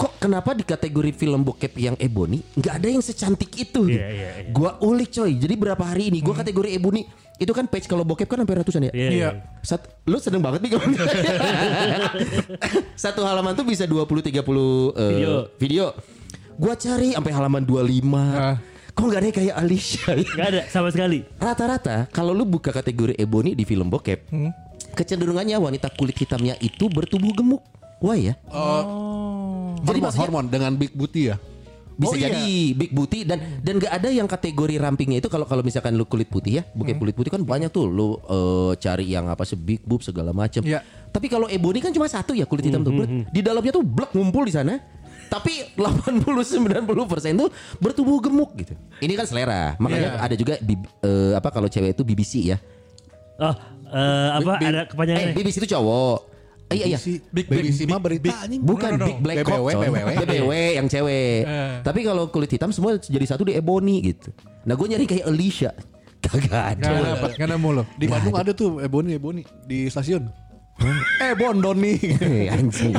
Kok kenapa di kategori film bokep yang ebony nggak ada yang secantik itu?
Iya, iya, iya.
Gua ulik coy. Jadi berapa hari ini gua kategori ebony itu kan page kalau bokep kan sampai ratusan ya.
Iya, iya.
Sat, lu seneng banget nih kalau Satu halaman tuh bisa 20 30 eh,
Video.
video. Gua cari sampai halaman 25.
Ah.
Kok nggak ada yang kayak Alicia ya?
Gak ada sama sekali.
Rata-rata kalau lu buka kategori ebony di film bokep,
Hmm.
kecenderungannya wanita kulit hitamnya itu bertubuh gemuk. Wah ya,
Jadi hormon, hormon dengan big booty ya.
bisa
Oh, iya.
jadi big booty dan dan gak ada yang kategori rampingnya itu kalau kalau misalkan lu kulit putih ya,
Hmm.
bokep kulit putih kan banyak tuh lu eh, cari yang apa sih big boob segala macam.
Iya. Hmm,
Tapi kalau ebony kan cuma satu ya kulit hitam tuh. Di dalamnya tuh blek ngumpul di sana. Tapi 80 90% tuh bertubuh gemuk gitu. Ini kan selera.
Iya.
Makanya ada juga bib- eh, apa kalau cewek itu BBC ya.
Oh, eh, apa
Bi-
ada
Iya,
kepanjangannya?
Eh, BBC itu cowok. Eh, Iya iya.
Si
Big-
baby
big-
si mah berita anjing.
Bukan
No, no, no.
Big Black
BBW,
Cock, coy.
BBW.
BBW yang
Eh.
cewek. Tapi kalau kulit hitam semua jadi satu di Ebony gitu. Nah, gue nyari kayak Alicia. Kagak
Nggak
ada.
dapat, nggak nemu lo.
Di Bandung ada tuh eh, Ebony Ebony di stasiun. eh Bondoni.
Eh, Anjing.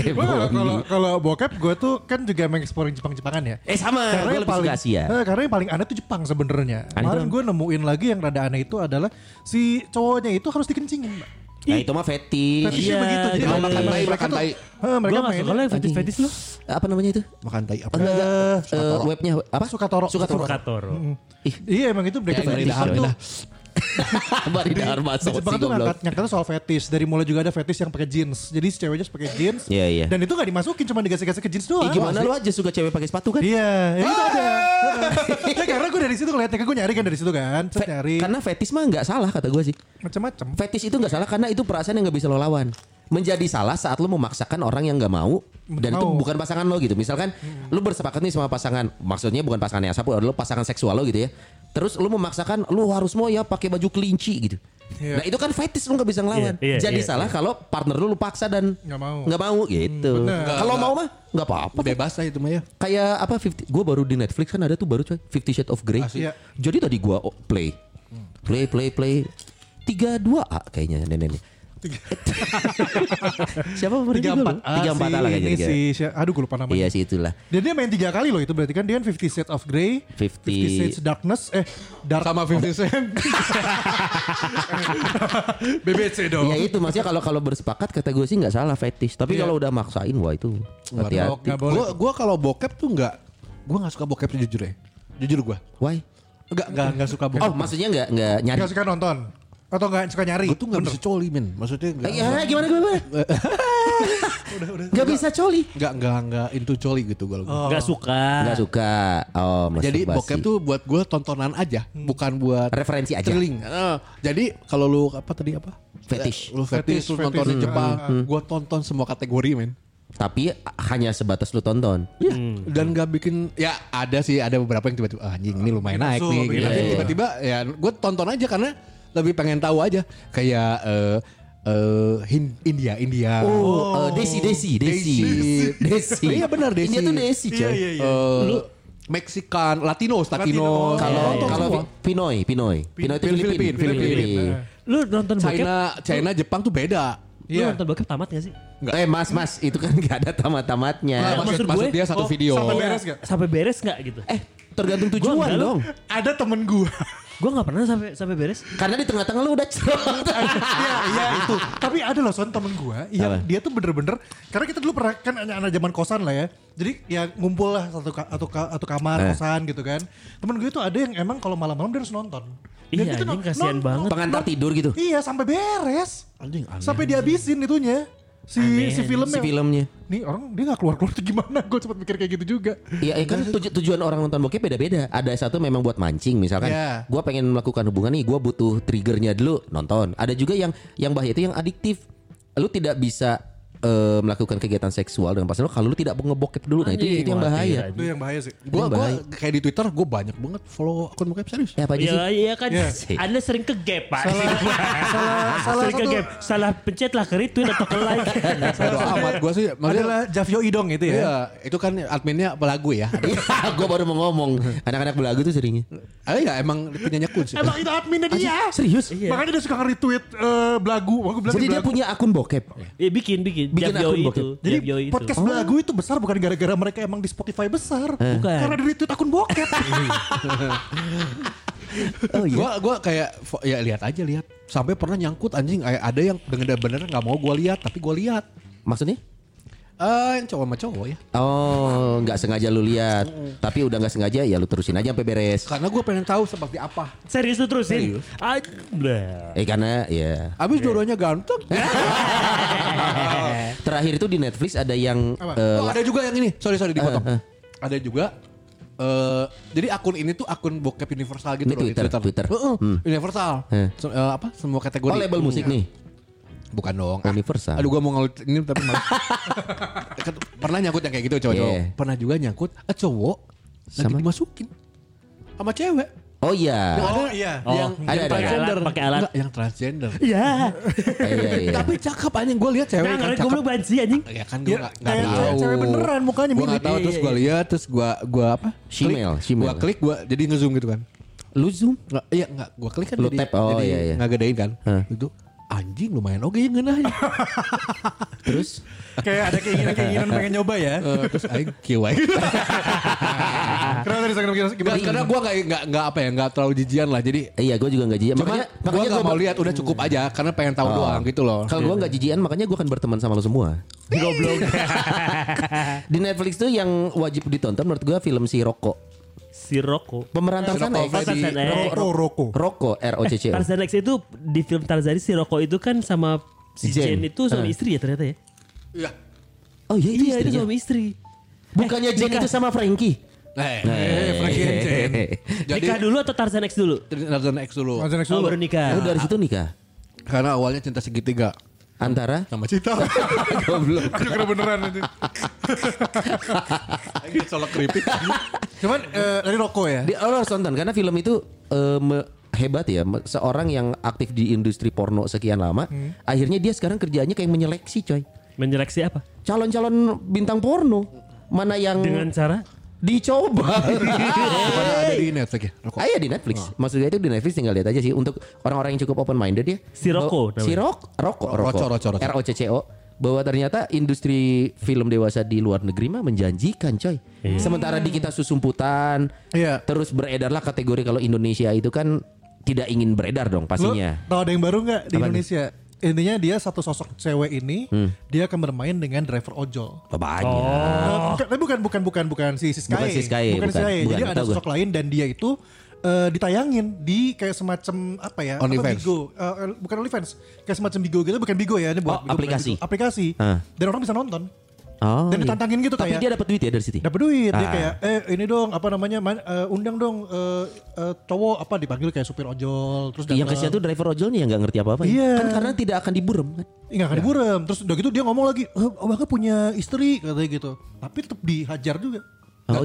Eh,
Gua kalau
Ebony.
kalau bokep gue tuh kan juga mengekspor Jepang-Jepangan ya.
Eh sama, gue
yang
lebih suka Asia.
eh, karena yang paling aneh tuh Jepang sebenarnya.
Aneh
Kemarin
doang.
gue nemuin lagi yang rada aneh itu adalah si cowoknya itu harus dikencingin. Mbak.
Nah itu mah fetish.
Fetishnya
Iya,
begitu. Jadi
iya,
mereka-
iya, iya.
mereka
Makan
tuh,
tai.
eh, mereka
Gue gak
main
suka lah yang
Anjing.
fetish-fetish lu.
Apa namanya itu?
Eh,
Makan tai apa?
Enggak, enggak. Eh,
Sukatoro.
webnya apa?
Sukatoro.
Sukatoro.
Katoro.
Iya emang itu mereka
Ya,
Dari
fetish,
dahar,
coy.
dah.
Bari dahar
Di
masuk
Jepang
si
tuh
goblok.
ngangkat, ngangkat soal fetish Dari mulai juga ada fetish yang pakai jeans Jadi si ceweknya pakai jeans
Iya, iya.
Dan itu gak dimasukin Cuma digasih-gasih ke jeans
Ih,
doang
gimana lu Ah! aja suka cewek pakai sepatu kan?
Iya ya itu ada Ya karena gue dari situ ngeliatnya kan Gue nyari kan dari situ kan Terus
Fe-
nyari
Karena fetish mah nggak salah kata gue sih.
Macem-macem
Fetish itu nggak salah karena itu perasaan yang nggak bisa lo lawan. Menjadi salah saat lo memaksakan orang yang nggak mau dan itu
Mau. Hmm.
bukan pasangan lo gitu. Misalkan lo bersepakat nih sama pasangan, maksudnya bukan pasangan yang sapu, lo pasangan seksual lo gitu ya. Terus lo memaksakan lo harus mau ya pakai baju kelinci gitu.
Iya.
Nah itu kan fetish lo nggak bisa ngelawan.
Iya, iya,
Jadi
iya,
salah kalau partner lo lo paksa dan
Nggak mau. Hmm,
nggak mau gitu. kalau mau mah nggak apa-apa.
Bebas lah itu mah ya.
Kayak apa 50 Gue baru di Netflix kan ada tuh baru coy Fifty Shades of Grey
Asik. Iya.
Jadi tadi gue play Play play play 32 A kayaknya neneknya Siapa pemeran
Tiga empat
Tiga empat A lah kayaknya
Ini
tiga.
si si- Aduh gue lupa namanya
Iya sih itulah
Dan dia main tiga kali loh itu berarti kan dia kan Fifty Shades of Grey,
50
Shades Darkness, eh Dark
Sama 50 Cent.
BBC
Oh.
dong.
Iya,
Ya itu maksudnya kalau kalau bersepakat kata gue sih nggak salah fetish Tapi
Iya.
kalau udah maksain wah itu
Nggak
Hati-hati
boleh. Gua gua kalau bokep tuh nggak gua nggak suka bokep sih, jujur ya. Jujur gua.
Why?
Enggak enggak enggak suka bokep.
Oh maksudnya nggak nggak nyari
Gak suka nonton atau gak suka nyari?
Gua tuh nggak bisa coli men. Maksudnya nggak
Eh, ya, gimana gimana? Gak bisa coli
nggak nggak nggak into coli gitu gua.
Gak suka.
Gak Oh. suka Oh
Jadi
masturbasi.
bokep tuh buat gua tontonan aja, bukan buat
Referensi aja
Thrilling. Eh, jadi kalau lu apa tadi apa?
Fetish. Hmm,
Eh, Lu fetish,
Fetish,
lu nonton di
fetish.
Jepang, gua tonton semua kategori men.
Tapi hanya sebatas lu tonton
Iya. Dan gak bikin ya ada sih ada beberapa yang tiba-tiba ah, anjing ini lumayan naik
Masuk,
nih.
begitu.
Gitu. Tapi tiba-tiba ya gue tonton aja karena lebih pengen tahu aja kayak eh eh, Hin- India India.
Oh, eh, Desi, Desi, Desi, Desi.
Iya, benar, Desi.
Ini tuh Desi, coy.
Eh, Mexikan, Latinos, Latinos, Iya,
Kalau
Tonton
kalau
semua.
Pi- Pinoy, Pinoy, Pinoy itu
Filipin,
Filipin,
Filipin.
Filipin.
iya.
Lu nonton bokep?
China, China, Jepang tuh beda.
Lu
Iya.
nonton bokep tamat gak sih?
Eh, Mas, Mas, itu kan gak ada
Nah,
tamat-tamatnya.
Mas-
maksud,
maksud
maksud
gue,
dia satu
oh,
video.
sampai beres gak?
Sampai beres gak gitu?
Eh, tergantung
Gua
tujuan
enggak, lu.
dong.
Ada temen gue.
Gue gak pernah sampai sampai beres.
Karena di tengah-tengah lu udah cerot.
Iya, iya itu. Tapi ada loh son temen gue yang
Apa?
dia tuh bener-bener karena kita dulu pernah kan anak-anak zaman kosan lah ya. Jadi ya ngumpul lah satu ka- satu, ka- satu kamar
Eh.
kosan gitu kan. Temen gue tuh ada yang emang kalau malam-malam dia harus nonton. Dan
Iya,
itu
anjing
non-
kasihan
non-
banget.
Pengantar tidur gitu.
Iya sampai beres.
Anjing, aneh.
Sampai dihabisin itunya. Si
Aneh,
si
aneh.
filmnya.
Si filmnya.
Nih orang dia gak keluar-keluar tuh gimana. Gue sempat mikir kayak gitu juga.
Iya, ya kan tuju- tujuan orang nonton bokep beda-beda. Ada satu memang buat mancing misalkan.
Iya.
Gua pengen melakukan hubungan nih, gua butuh triggernya dulu nonton. Ada juga yang yang bahaya itu yang adiktif. Lu tidak bisa eh, melakukan kegiatan seksual dengan pasangan lu kalau lu tidak ngebokep dulu. Nah, itu,
Anjing,
itu yang bahaya.
khawatir,
Itu yang bahaya sih.
Gue
Ini bahaya.
kayak di Twitter gue banyak banget follow akun bokep serius.
Ya apa aja sih?
Iya, iya kan.
Iya.
Anda sering ke gap, Pak.
salah, salah
sering ke
satu
gap. Salah pencet lah ke retweet atau ke like.
Bodo amat gue sih. Maksudnya,
adalah Javio Idong itu ya.
Iya, itu kan adminnya pelagu ya.
Iya, gua baru mau ngomong. Anak-anak belagu tuh seringnya.
Ah ya emang penyanyi kun sih.
Emang itu adminnya dia.
Serius?
Iya.
Makanya dia suka nge-retweet eh, belagu. Wah, gua bilang
Jadi dia
Iya. belagu.
punya akun bokep.
Iya bikin, bikin.
Bikin
Jab Yoi
akun
itu.
bokep.
Jadi
Jab Yoi itu.
podcast belagu itu besar bukan gara-gara mereka emang di Spotify besar.
Bukan.
Karena di retweet akun bokep.
Oh iya.
Gua gua kayak fo- ya lihat aja lihat. Sampai pernah nyangkut anjing kayak ada yang bener-bener nggak mau gua lihat tapi gua lihat.
Maksudnya?
Eh yang cowok sama cowok ya.
Oh, nggak sengaja lu lihat. Tapi udah nggak sengaja ya lu terusin aja sampai beres.
Karena gua pengen tahu seperti apa.
Serius lu terusin? Ada.
Eh karena ya
Abis dua-duanya ganteng.
Terakhir itu di Netflix ada yang eh,
oh, ada juga yang ini. Sorry sorry dipotong. Ada juga eh jadi akun ini tuh akun bokep universal gitu
Ini
loh
Twitter,
di Twitter. Oh,
Twitter.
Heeh,
Hmm.
Universal.
Eh.
Se- eh, apa semua kategori. Iya.
Oh label musik nih.
Bukan dong. Ah,
Universal.
Aduh gua mau ngelut ini tapi malah. Ket- Pernah nyangkut yang kayak gitu cowok
Yeah.
Pernah juga nyangkut eh, cowok lagi
Sama?
dimasukin sama cewek.
Oh iya.
oh iya.
Oh,
yang
ada,
yang
ada.
transgender.
Pakai alat, pakai alat.
Enggak, yang transgender.
Iya.
Eh, iya, iya.
Tapi cakep anjing gua lihat cewek
Nah,
kan
karena gue
cakep.
belum banci anjing.
Ya kan gue
Ya,
nggak nggak
kayak
tahu.
cewek beneran mukanya,
Gue
mirip. Iya,
nggak tahu terus gue lihat terus gue gue apa?
Shemale, shemale.
Gue klik gue jadi ngezoom gitu kan.
Lu zoom.
Nggak, iya nggak gue klik kan
Lu
jadi,
tap, oh,
jadi
iya, iya.
nggak gedein kan.
Hah.
Itu anjing lumayan oke yang ngeunah. Terus
Kayak ada keinginan-keinginan pengen nyoba ya.
eh, terus aing kieu wae.
Kenapa tadi Instagram gimana?
Nggak, karena gua enggak enggak enggak apa ya, enggak terlalu jijian lah. Jadi
Eh, iya gue juga nggak jijian.
Cuma
Makanya,
gua
makanya
gak mau
ber-
lihat udah cukup aja karena pengen tahu doang gitu loh.
Oh. Kalau gue nggak jijian makanya gue akan berteman sama lo semua. Goblok. di Netflix tuh yang wajib ditonton menurut gue film si Roko.
Si Rocco.
Pemeran Tarzan
Roko
X.
Freddy.
Tarzan X.
Roko, Roko.
Roko R O C C. O.
Tarzan X itu di film Tarzan si Rocco itu kan sama si Jen,
Jen.
itu suami istri ya ternyata ya.
Iya.
Oh iya itu
Iya, itu
istrinya.
suami istri. Eh,
Bukannya Jen itu sama Frankie.
Eh,
Eh,
Frankie
Iya,
and Jen.
eh, eh.
Jadi
Nikah dulu atau Tarzan X dulu?
Tarzan X dulu.
Tarzan X
Oh,
dulu.
baru
Oh,
nikah.
dari situ nikah.
Karena awalnya cinta segitiga
Antara
sama Cita.
goblok.
Aduh kena beneran itu.
Anjing colok keripik.
Cuman eh, dari Roko ya.
Di, lo harus tonton karena film itu eh, me- hebat ya. Me- Seorang yang aktif di industri porno sekian lama, akhirnya dia sekarang kerjaannya kayak menyeleksi coy.
Menyeleksi apa?
Calon-calon bintang porno mana yang
Dengan cara
dicoba.
Bukannya ada di Netflix ya? Rokok.
Ah iya di Netflix. Maksudnya itu di Netflix tinggal lihat aja sih untuk orang-orang yang cukup open minded ya.
Si Rocco namanya.
Si Rok, Roko,
Ro- Roco, Roco, Roco.
R O C C O bahwa ternyata industri film dewasa di luar negeri mah menjanjikan coy. Sementara di kita susumputan,
Iya.
terus beredarlah kategori kalau Indonesia itu kan tidak ingin beredar dong
Lu
pastinya.
tau ada yang baru nggak di
Apa nih?
Indonesia? Intinya dia satu sosok cewek ini dia akan bermain dengan driver ojol.
Banyak.
Eh, bukan- eh, bukan bukan bukan bukan si
Oh.
Siskae.
Bukan si Siskae,
Bukan
bukan.
Siskae. Jadi
Bukan,
ada
tahu gua.
sosok lain dan dia itu eh, ditayangin di kayak semacam apa ya? apa
OnlyFans.
Bigo. Eh, eh, bukan OnlyFans. Kayak semacam Bigo gitu, bukan Bigo ya, ini
Oh,
bukan Bigo, bukan
aplikasi.
Bigo. Aplikasi.
Ah.
Dan orang bisa nonton.
Oh,
Dan
iya.
ditantangin gitu
Tapi
kayak-
dia dapat duit ya dari situ.
dapat duit dia
Ah.
kayak eh ini dong apa namanya man- eh, undang dong eh, eh, cowok apa dipanggil kayak supir ojol terus
Yang Iya, kesian tuh driver ojolnya yang nggak ngerti apa-apa. ya.
kan? Iya.
Kan karena tidak akan diburem kan.
Enggak akan diburem Terus udah gitu dia ngomong lagi eh, Abangnya punya istri Katanya gitu Tapi tetap dihajar juga
Gak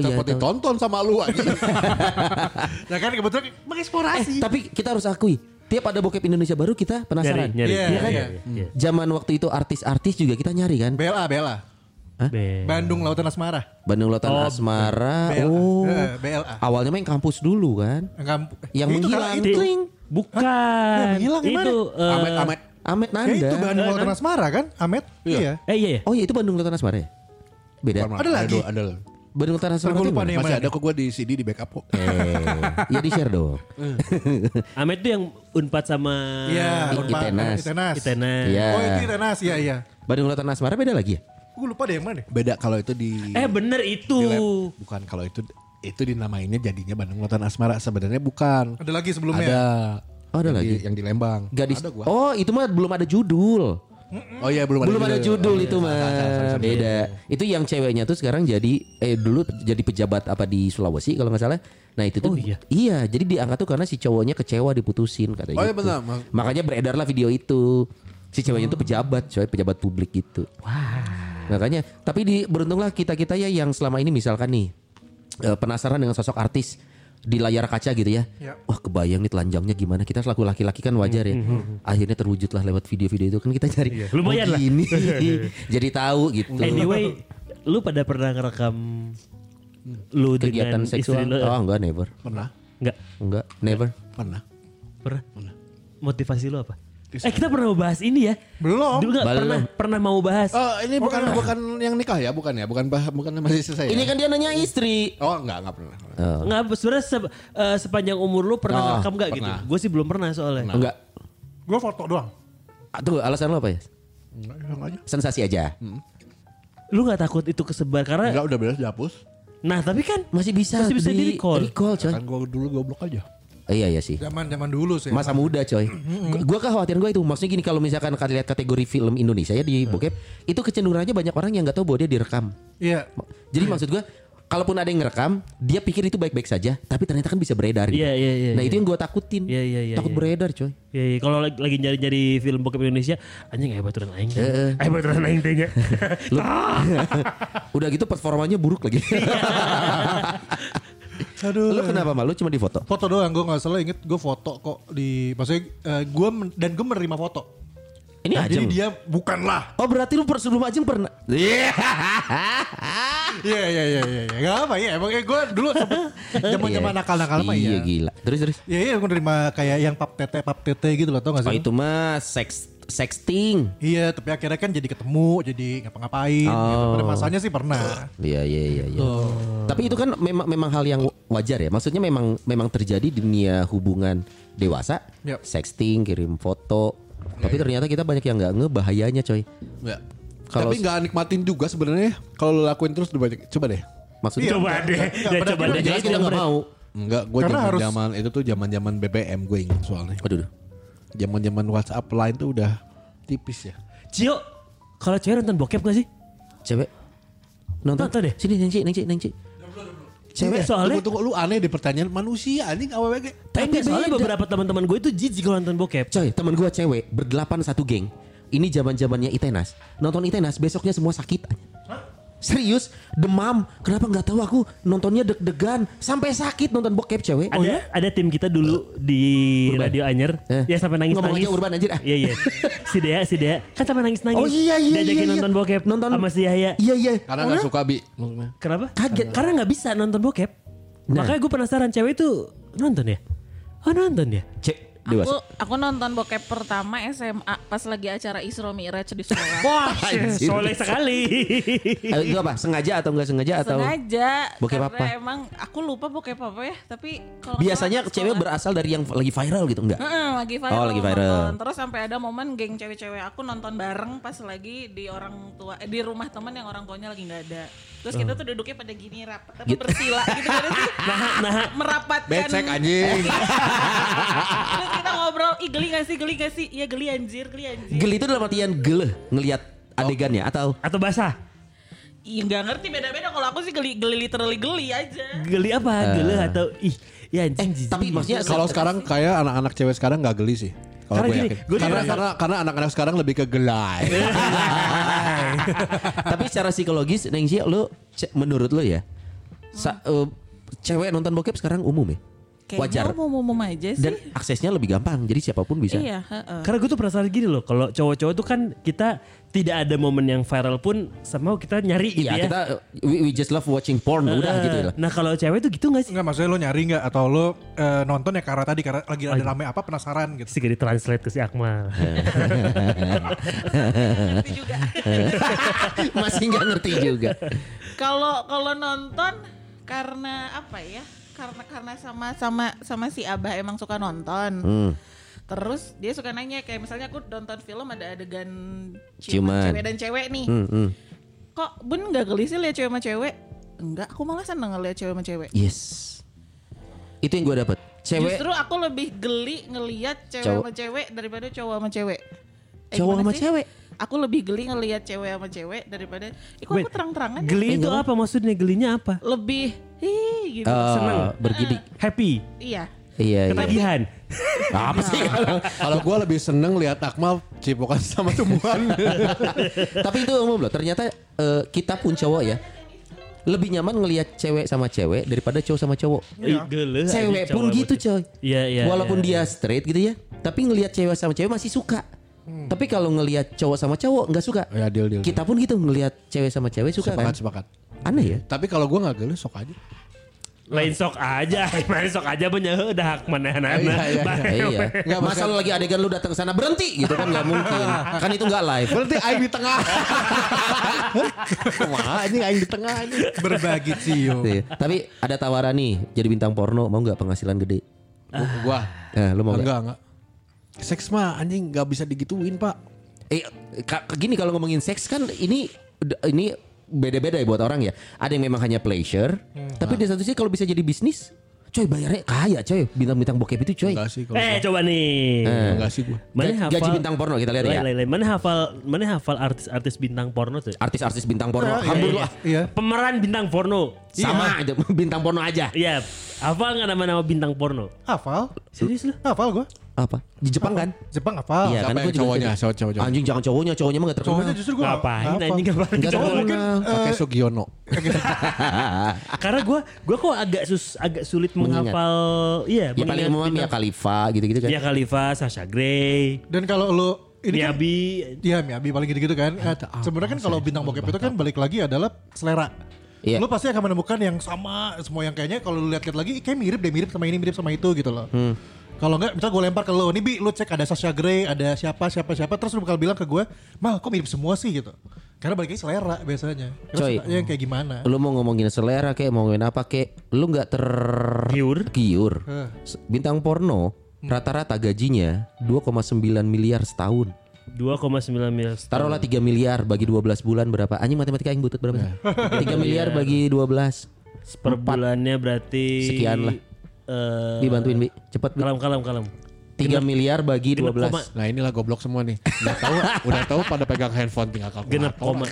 Oh, iya, tahu.
dapat ditonton sama lu aja.
Nah kan kebetulan mengeksplorasi
Tapi kita harus akui, tiap ada bokep Indonesia baru kita
nyari
penasaran.
nyari.
Iya,
Iya,
kan?
iya, iya.
Zaman waktu itu artis-artis juga kita nyari kan.
Bela Bela
Be-
Bandung Lautan Asmara
Bandung Lautan
Oh,
Asmara.
BLA.
Oh.
Eh, BLA.
Awalnya main kampus dulu kan.
Enggak-
Yang
itu
menghilang.
kan-
Ti-
itu,
Tling.
Bukan.
Yang hilang yang
itu eh,
Amet Amet.
Amet
Ya,
Nanda.
itu Bandung Lautan Asmara kan Amet
Iya.
Iya
Eh iya ya.
Oh iya itu Bandung Lautan Asmara ya? Beda.
Pernah,
Ada lagi?
dua, iya. Ada lagi.
Bandung Lautan Asmara
Ntar gua
itu
lupa
gimana?
nih.
Masih
mana?
ada kok gue di CD di backup kok.
Eh, ya di share dong.
Eh.
Amet tuh yang Unpad sama
Iya
I-
Unpad.
Ah, Itenas.
Itenas
Itena.
Iya.
Oh itu Itenas Iya iya
Bandung Lautan Asmara beda lagi ya?
Gue lupa deh yang mana deh.
Beda kalau itu di
Eh bener itu.
di lab. Bukan kalau itu itu dinamainnya jadinya Bandung Lautan Asmara sebenarnya bukan.
Ada lagi
Ada.
sebelumnya
Oh, ada
Yang di-
lagi?
yang di Lembang.
Gadis.
Ada gua.
Oh itu mah belum ada judul.
Oh iya belum ada
Belum ada judul itu mah
Salah, salah, salah, salah.
beda. Itu yang ceweknya tuh sekarang jadi eh dulu jadi pejabat apa di Sulawesi kalau nggak salah. Nah itu tuh
Oh, iya.
jadi diangkat tuh karena si cowoknya kecewa diputusin katanya.
Oh, iya,
gitu.
benar, Mas.
Makanya beredarlah video itu. Si ceweknya tuh pejabat, coy, pejabat publik gitu. Wah. Makanya tapi di beruntunglah kita-kita ya yang selama ini misalkan nih eh, penasaran dengan sosok artis di layar kaca gitu ya.
Ya.
Wah kebayang nih telanjangnya gimana Kita selaku laki-laki kan wajar
Hmm,
ya Akhirnya terwujudlah lewat video-video itu Kan kita nyari
Iya, lumayan lah.
gini. Jadi tahu gitu.
Anyway, lu pada pernah ngerekam lu
kegiatan
dengan istri ya?
seksual.
lu?
Oh enggak never.
Pernah.
Enggak,
Enggak, never.
Pernah.
pernah. Motivasi lu apa? Eh kita pernah mau bahas ini ya?
Belum.
Dulu nggak
Belum.
pernah pernah mau bahas.
Oh, ini bukan bukan yang nikah ya, bukan ya, bukan bah- bukan masih
Iya.
selesai. ya?
Ini kan dia nanya istri.
Oh, enggak, enggak pernah.
Nggak, sebenarnya se- eh, sepanjang umur lu pernah
Oh,
ngerekam nggak gitu?
pernah.
Gue sih belum pernah soalnya.
Enggak.
Gue foto doang
Ah, Tunggu, alasan lo apa ya?
Enggak, enggak aja.
Sensasi aja.
Lu nggak takut itu kesebar karena?
Enggak udah beres dihapus.
Nah tapi kan
Masih bisa
masih bisa di recall.
recall, coy.
Kan gua dulu goblok aja.
Eh, iya iya sih.
Zaman zaman dulu sih
Masa muda coy Gu- Gua kekhawatiran gue itu Maksudnya gini Kalau misalkan kalian lihat kategori film Indonesia ya
Iya.
Di bokep Itu kecenderungannya banyak orang yang nggak tahu bahwa dia direkam
Iya
Ma- Jadi maksud gue Kalaupun ada yang ngerekam Dia pikir itu baik-baik saja Tapi ternyata kan bisa beredar gitu.
Iya, iya, iya,
Nah itu
iya.
yang gue takutin
Iya, iya, iya,
Takut
iya.
beredar coy
Ya, ya, kalau lagi, lagi nyari-nyari film bokep Indonesia, anjing hebat tuh aing. Hebat tuh aing teh nya. Ah,
Udah gitu performanya buruk lagi
Aduh
Lu kenapa malu cuma di foto?
Foto doang gue gak salah inget gue foto kok di Maksudnya gue dan gue menerima foto
Ini
Nah, Jadi
ajeng
dia bukanlah
Oh berarti lu per- sebelum ajeng pernah
Iya iya iya iya iya. Gak apa ya emang gue dulu sempet zaman-zaman nakal-nakal mah
Iya
iya.
gila Terus terus
Iya iya gue nerima kayak yang pap tete pap tete gitu loh tau gak
Oh
sih?
itu mah seks sexting.
Iya, tapi akhirnya kan jadi ketemu, jadi ngapa-ngapain. Gitu. Pada masanya sih pernah.
Iya iya iya. iya.
Oh.
Tapi itu kan memang memang hal yang wajar ya. Maksudnya memang memang terjadi di dunia hubungan dewasa.
Yap.
Sexting, kirim foto.
Iya,
Tapi ternyata kita banyak yang nggak ngebahayanya coy.
Ya.
Kalau-
Tapi nggak nikmatin juga sebenarnya kalau lo lakuin terus udah banyak. Coba deh.
Maksudnya
Iya.
Coba deh, ya,
pernah-
coba
pernah
deh.
jelas kita nggak mau.
Enggak, gue
Karena
zaman
harus-
zaman itu tuh zaman zaman BBM gue ingat soalnya.
Aduh.
Zaman zaman WhatsApp lain tuh udah tipis ya.
Cio, kalau cewek nonton bokep gak sih?
Cewek nonton
Nonton deh.
Sini nengci nengci nengci.
Cewek soalnya
Iya, tunggu, tunggu, lu aneh di pertanyaan manusia anjing aww kayak.
Tapi soalnya
beda.
beberapa teman-teman gue itu jijik kalau nonton bokep.
Coy, teman gua cewek berdelapan satu geng. Ini zaman-zamannya Itenas. Nonton Itenas besoknya semua sakit. Serius, demam. Kenapa nggak tahu aku nontonnya deg-degan sampai sakit nonton bokep cewek.
ada ada tim kita dulu di Radio Anyer
ya?
ya
Eh.
sampai nangis
Ngomong
nangis
aja Urban, anjir, ah.
iya iya si Dea si Dea kan sampai nangis nangis
Oh iya iya iya.
diajakin
iya.
nonton bokep
Nonton
sama si Yahya
Iya iya.
Karena nggak suka bi.
kenapa
Kaget. Nah.
karena nggak bisa nonton bokep makanya gue penasaran cewek itu nonton ya oh nonton ya
Cek
Aku aku nonton bokep pertama SMA pas lagi acara Isra Mi'raj di sekolah.
wah
Anjir.
soleh sekali
Eh, itu apa? Sengaja atau nggak sengaja atau?
Sengaja
Bokep
karena
apa?
emang aku lupa bokep apa ya, tapi kalau nggak
Biasanya
salah
cewek
sekolah-
berasal dari yang lagi viral gitu enggak?
Heeh, lagi viral.
Oh, lagi viral.
nonton. Terus sampai ada momen geng cewek-cewek aku nonton bareng pas lagi di orang tua eh, di rumah teman yang orang tuanya lagi nggak ada. Terus kita tuh duduknya pada gini rapat apa
Hmm. Gitu.
bersila gitu kan sih. merapatkan
Nah, Becek anjing.
Terus kita ngobrol, "Ih, geli gak sih? Geli gak sih?" Iya, geli anjir, geli anjir.
Geli itu dalam artian geleh ngelihat
Oh.
adegannya atau
atau basah
Iya, nggak ngerti beda-beda kalau aku sih geli geli literally geli aja.
geli apa geli atau ih ya anjing jijik.
Eh. tapi maksudnya
Kalau sekarang kayak anak-anak cewek sekarang nggak geli sih. Kalau
Karena
gue
gini,
yakin.
gue
karena,
juga-
karena karena anak-anak sekarang lebih ke gelai.
Tapi secara psikologis Neng Zia lu ce- menurut lu ya sa- eh, cewek nonton bokep sekarang umum ya? Wajar.
mau umum aja sih.
Dan aksesnya lebih gampang. Jadi siapapun bisa.
Iya, heeh.
Karena gue tuh penasaran gini loh, kalau cowok-cowok tuh kan kita tidak ada momen yang viral pun sama kita nyari gitu
Iya,
ya.
kita we, we just love watching porn udah gitu lah.
Nah kalau cewek tuh gitu gak sih?
Enggak maksudnya lo nyari nggak atau lo eh, nonton ya karena tadi karena lagi ada rame apa penasaran gitu.
Segera translate ke si Akmal.
Ngerti juga.
Masih nggak ngerti juga.
Kalau kalau nonton karena apa ya? Karena karena sama sama sama si Abah emang suka nonton.
Hmm.
Terus dia suka nanya kayak misalnya aku nonton film ada adegan
Ciuman.
ciuman, cewek dan cewek nih.
Hmm, hmm.
Kok Ben nggak geli sih lihat cewek sama cewek? Enggak, aku malah seneng ngeliat cewek sama cewek.
Yes. Itu yang gue dapet. Iya, Cewek
Justru aku lebih geli ngeliat cewek
Cowok.
sama cewek daripada cowok sama cewek. Eh,
Cowok
gimana
sama
sih?
cewek?
Aku lebih geli ngeliat cewek sama cewek daripada Ih, kok
Wait,
aku terang-terangan ya?
Geli itu apa maksudnya? Gelinya apa?
lebih Ih, gitu.
eh,
seneng.
bergidik.
Happy,
Iya.
Iya, iya.
ketagihan.
Apa sih?
Nah.
Kalau gue lebih seneng lihat Akmal cipokan sama tumbuhan.
Tapi itu umum loh. Ternyata eh, kita pun cowok ya lebih nyaman ngelihat cewek sama cewek daripada cowok sama cowok.
Ih, Gele,
Iya.
anjing
cewek pun
Iya, cowok
gitu
bocah.
coy.
Iya iya.
Walaupun
iya.
dia straight gitu ya, tapi ngelihat cewek sama cewek masih suka.
Hmm.
Tapi kalau ngelihat cowok sama cowok nggak suka.
Ya, deal, deal,
Kita pun gitu ngelihat cewek sama cewek suka kan.
sepakat sepakat.
Aneh ya.
Tapi kalau gue nggak geli sok aja.
lain sok aja, main sok aja banyak udah nah, hak mana
Iya, iya,
Eh, iya.
Nggak,
Masa
maksud-
lu lagi adegan lu datang ke sana berhenti gitu kan nggak mungkin. Kan itu nggak live.
Berarti aing di tengah. Kumaha anjing aing di tengah anjing.
Berbagi cium.
Gitu ya. Tapi ada tawaran nih jadi bintang porno mau nggak penghasilan gede?
Gua.
Eh, lu mau nggak?
Enggak, enggak. Seks mah anjing nggak bisa digituin, Pak.
Eh ka- gini kalau ngomongin seks kan ini ini beda-beda ya buat orang ya. Ada yang memang hanya pleasure, tapi di satu sisi kalau bisa jadi bisnis, coy bayarnya kaya coy. Bintang-bintang bokep itu coy.
Enggak sih kalau
Eh coba nih.
gua. enggak sih gua.
Gaji bintang porno, kita lihat ya.
Lain, lain, lain. Mana hafal mana hafal artis-artis bintang porno tuh?
Artis-artis bintang porno,
Iya,
hambur lu
Iya.
ah.
Iya.
Pemeran bintang porno.
Sama aja bintang porno aja.
Iya, hafal nggak nama-nama bintang porno?
Hafal.
Serius lu?
Hafal gue.
Apa? Di Jepang kan?
Jepang hafal.
Iya
Siapa
kan
yang
gua juga
cowoknya?
tadi.
Cowok- cowok- cowok.
Anjing jangan cowoknya, cowoknya mah gak terkenal.
Cowoknya justru gue
Ngapain anjing ngapain
Nggak
cowok?
terkenal.
Pakai Sugiono.
Karena gue gue kok agak sus agak sulit
Mengingat.
menghafal iya
Ya paling umum Mia Khalifa gitu-gitu kan.
Mia Khalifa, Sasha Grey,
Dan kalau lo ini kan
Miabi.
Iya Miabi paling gitu-gitu kan Eh, Sebenarnya kan kalau bintang bokep itu kan balik lagi adalah selera
Iya.
Lo pasti
Hmm.
akan menemukan yang sama Semua yang kayaknya kalau lo lihat-lihat lagi "Ih, Kayak mirip deh mirip sama ini mirip sama itu gitu loh Kalau enggak, misal gue lempar ke lo, nih Bi, lu cek ada Sasha Grey, ada siapa, siapa, siapa. Terus lu bakal bilang ke gue, mah kok mirip semua sih gitu. Karena balik lagi selera biasanya. Karena
Coy.
sukanya yang kayak gimana.
Lu mau ngomongin selera kek, mau ngomongin apa kek, lu nggak ter
Giur.
giur.
Heh.
S- Bintang porno rata-rata gajinya 2,9 miliar setahun.
2,9 miliar.
Taruhlah 3 miliar bagi 12 bulan berapa? Anjing matematika yang butut berapa sih? 3 miliar bagi 12.
Per bulannya berarti
Sekian lah.
eh,
Bi bantuin Bi, cepet Bi.
kalem kalem kalem.
3 miliar bagi
5
12.
koma.
Nah inilah goblok semua nih. Udah tahu, udah tahu pada pegang handphone tinggal kalkulator.
Genap koma.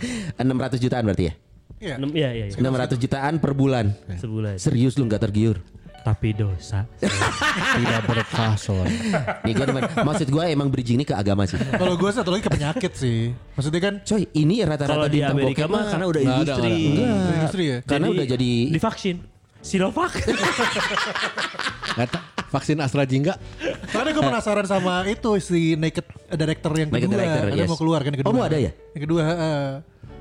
600 jutaan berarti ya?
Iya.
6 ya ya.
600 jutaan per bulan.
Sebulan.
Serius lu nggak tergiur?
Tapi dosa.
Tidak berkah soalnya.
Nih, gua demen. Iya, maksud gue emang bridging ini ke agama sih.
Kalau gue satu lagi ke penyakit sih. Maksudnya kan
Coy, ini
Kalau
rata-rata
di
bintang
Amerika
bokep
mah karena udah
Nggak ada,
industri.
nggak
industri ya.
karena udah jadi
divaksin. Sinovac.
Nggak tahu, vaksin AstraZeneca
Karena gue penasaran sama itu si naked director yang
Naked
kedua.
director,
ada
yes.
mau keluar kan yang
Oh,
kedua.
mau ada ya?
Yang kedua. heeh.